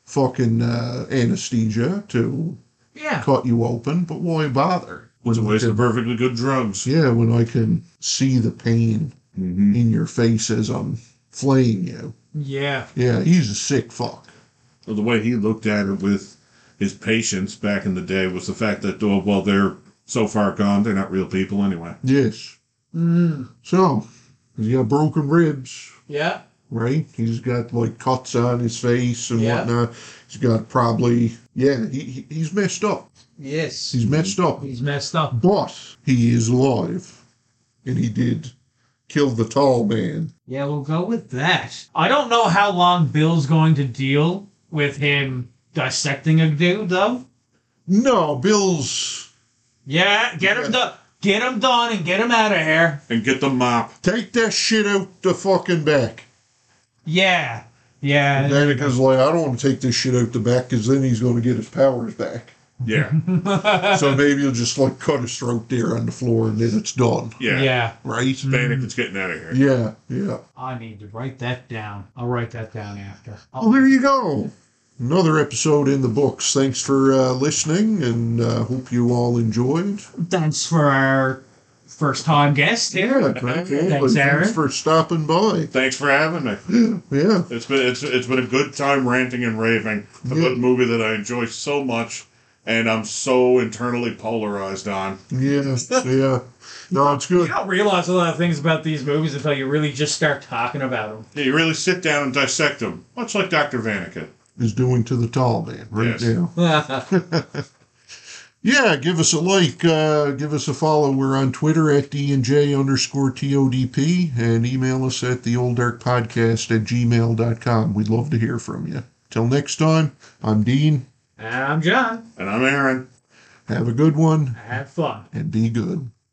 fucking uh, anesthesia to Yeah. cut you open, but why bother? was a waste of perfectly good drugs. Yeah, when I can see the pain Mhm. in your face as I'm flaying you. Yeah. Yeah, he's a sick fuck. The way he looked at it with his patience back in the day was the fact that, oh, well, they're so far gone, they're not real people anyway. Yes. Mm, So, he's got broken ribs, yeah. right? He's got like cuts on his face and Yeah. whatnot. He's got probably, yeah, he, he- he's messed up. Yes. He's messed up. He's messed up. But he is alive. And he did kill the tall man. Yeah, we'll go with that. I don't know how long Bill's going to deal with him dissecting a dude, though. No, Bill's. Yeah, get him done. Get him done and get him out of here. And get the mop. Take that shit out the fucking back. Yeah. Yeah. Danica's like, I don't want to take this shit out the back because then he's going to get his powers back. Yeah. so maybe he'll just like cut his throat there on the floor and then it's done. Yeah. yeah. Right? Panic, it's getting out of here. Yeah, yeah. I need to write that down. I'll write that down after. Well, there you go. Another episode in the books. Thanks for uh, listening and uh, hope you all enjoyed. Thanks for our first time guest here. Yeah, thank you. Thanks, Aaron. for stopping by. Thanks for having me. Yeah, It's been it's it's been a good time ranting and raving. A Yeah. good movie that I enjoy so much, and I'm so internally polarized on. yeah, yeah. No, it's You good. don't realize a lot of things about these movies until you really just start talking about them. Yeah, you really sit down and dissect them, much like Doctor Vanica. Is doing to the tall man right Yes. now. Yeah, give us a like, uh, give us a follow. We're on Twitter at DNJ underscore TODP and email us at the old dark podcast at gmail.com. We'd love to hear from you. Till next time, I'm Dean. I'm John. And I'm Aaron. Have a good one Have fun. and be good.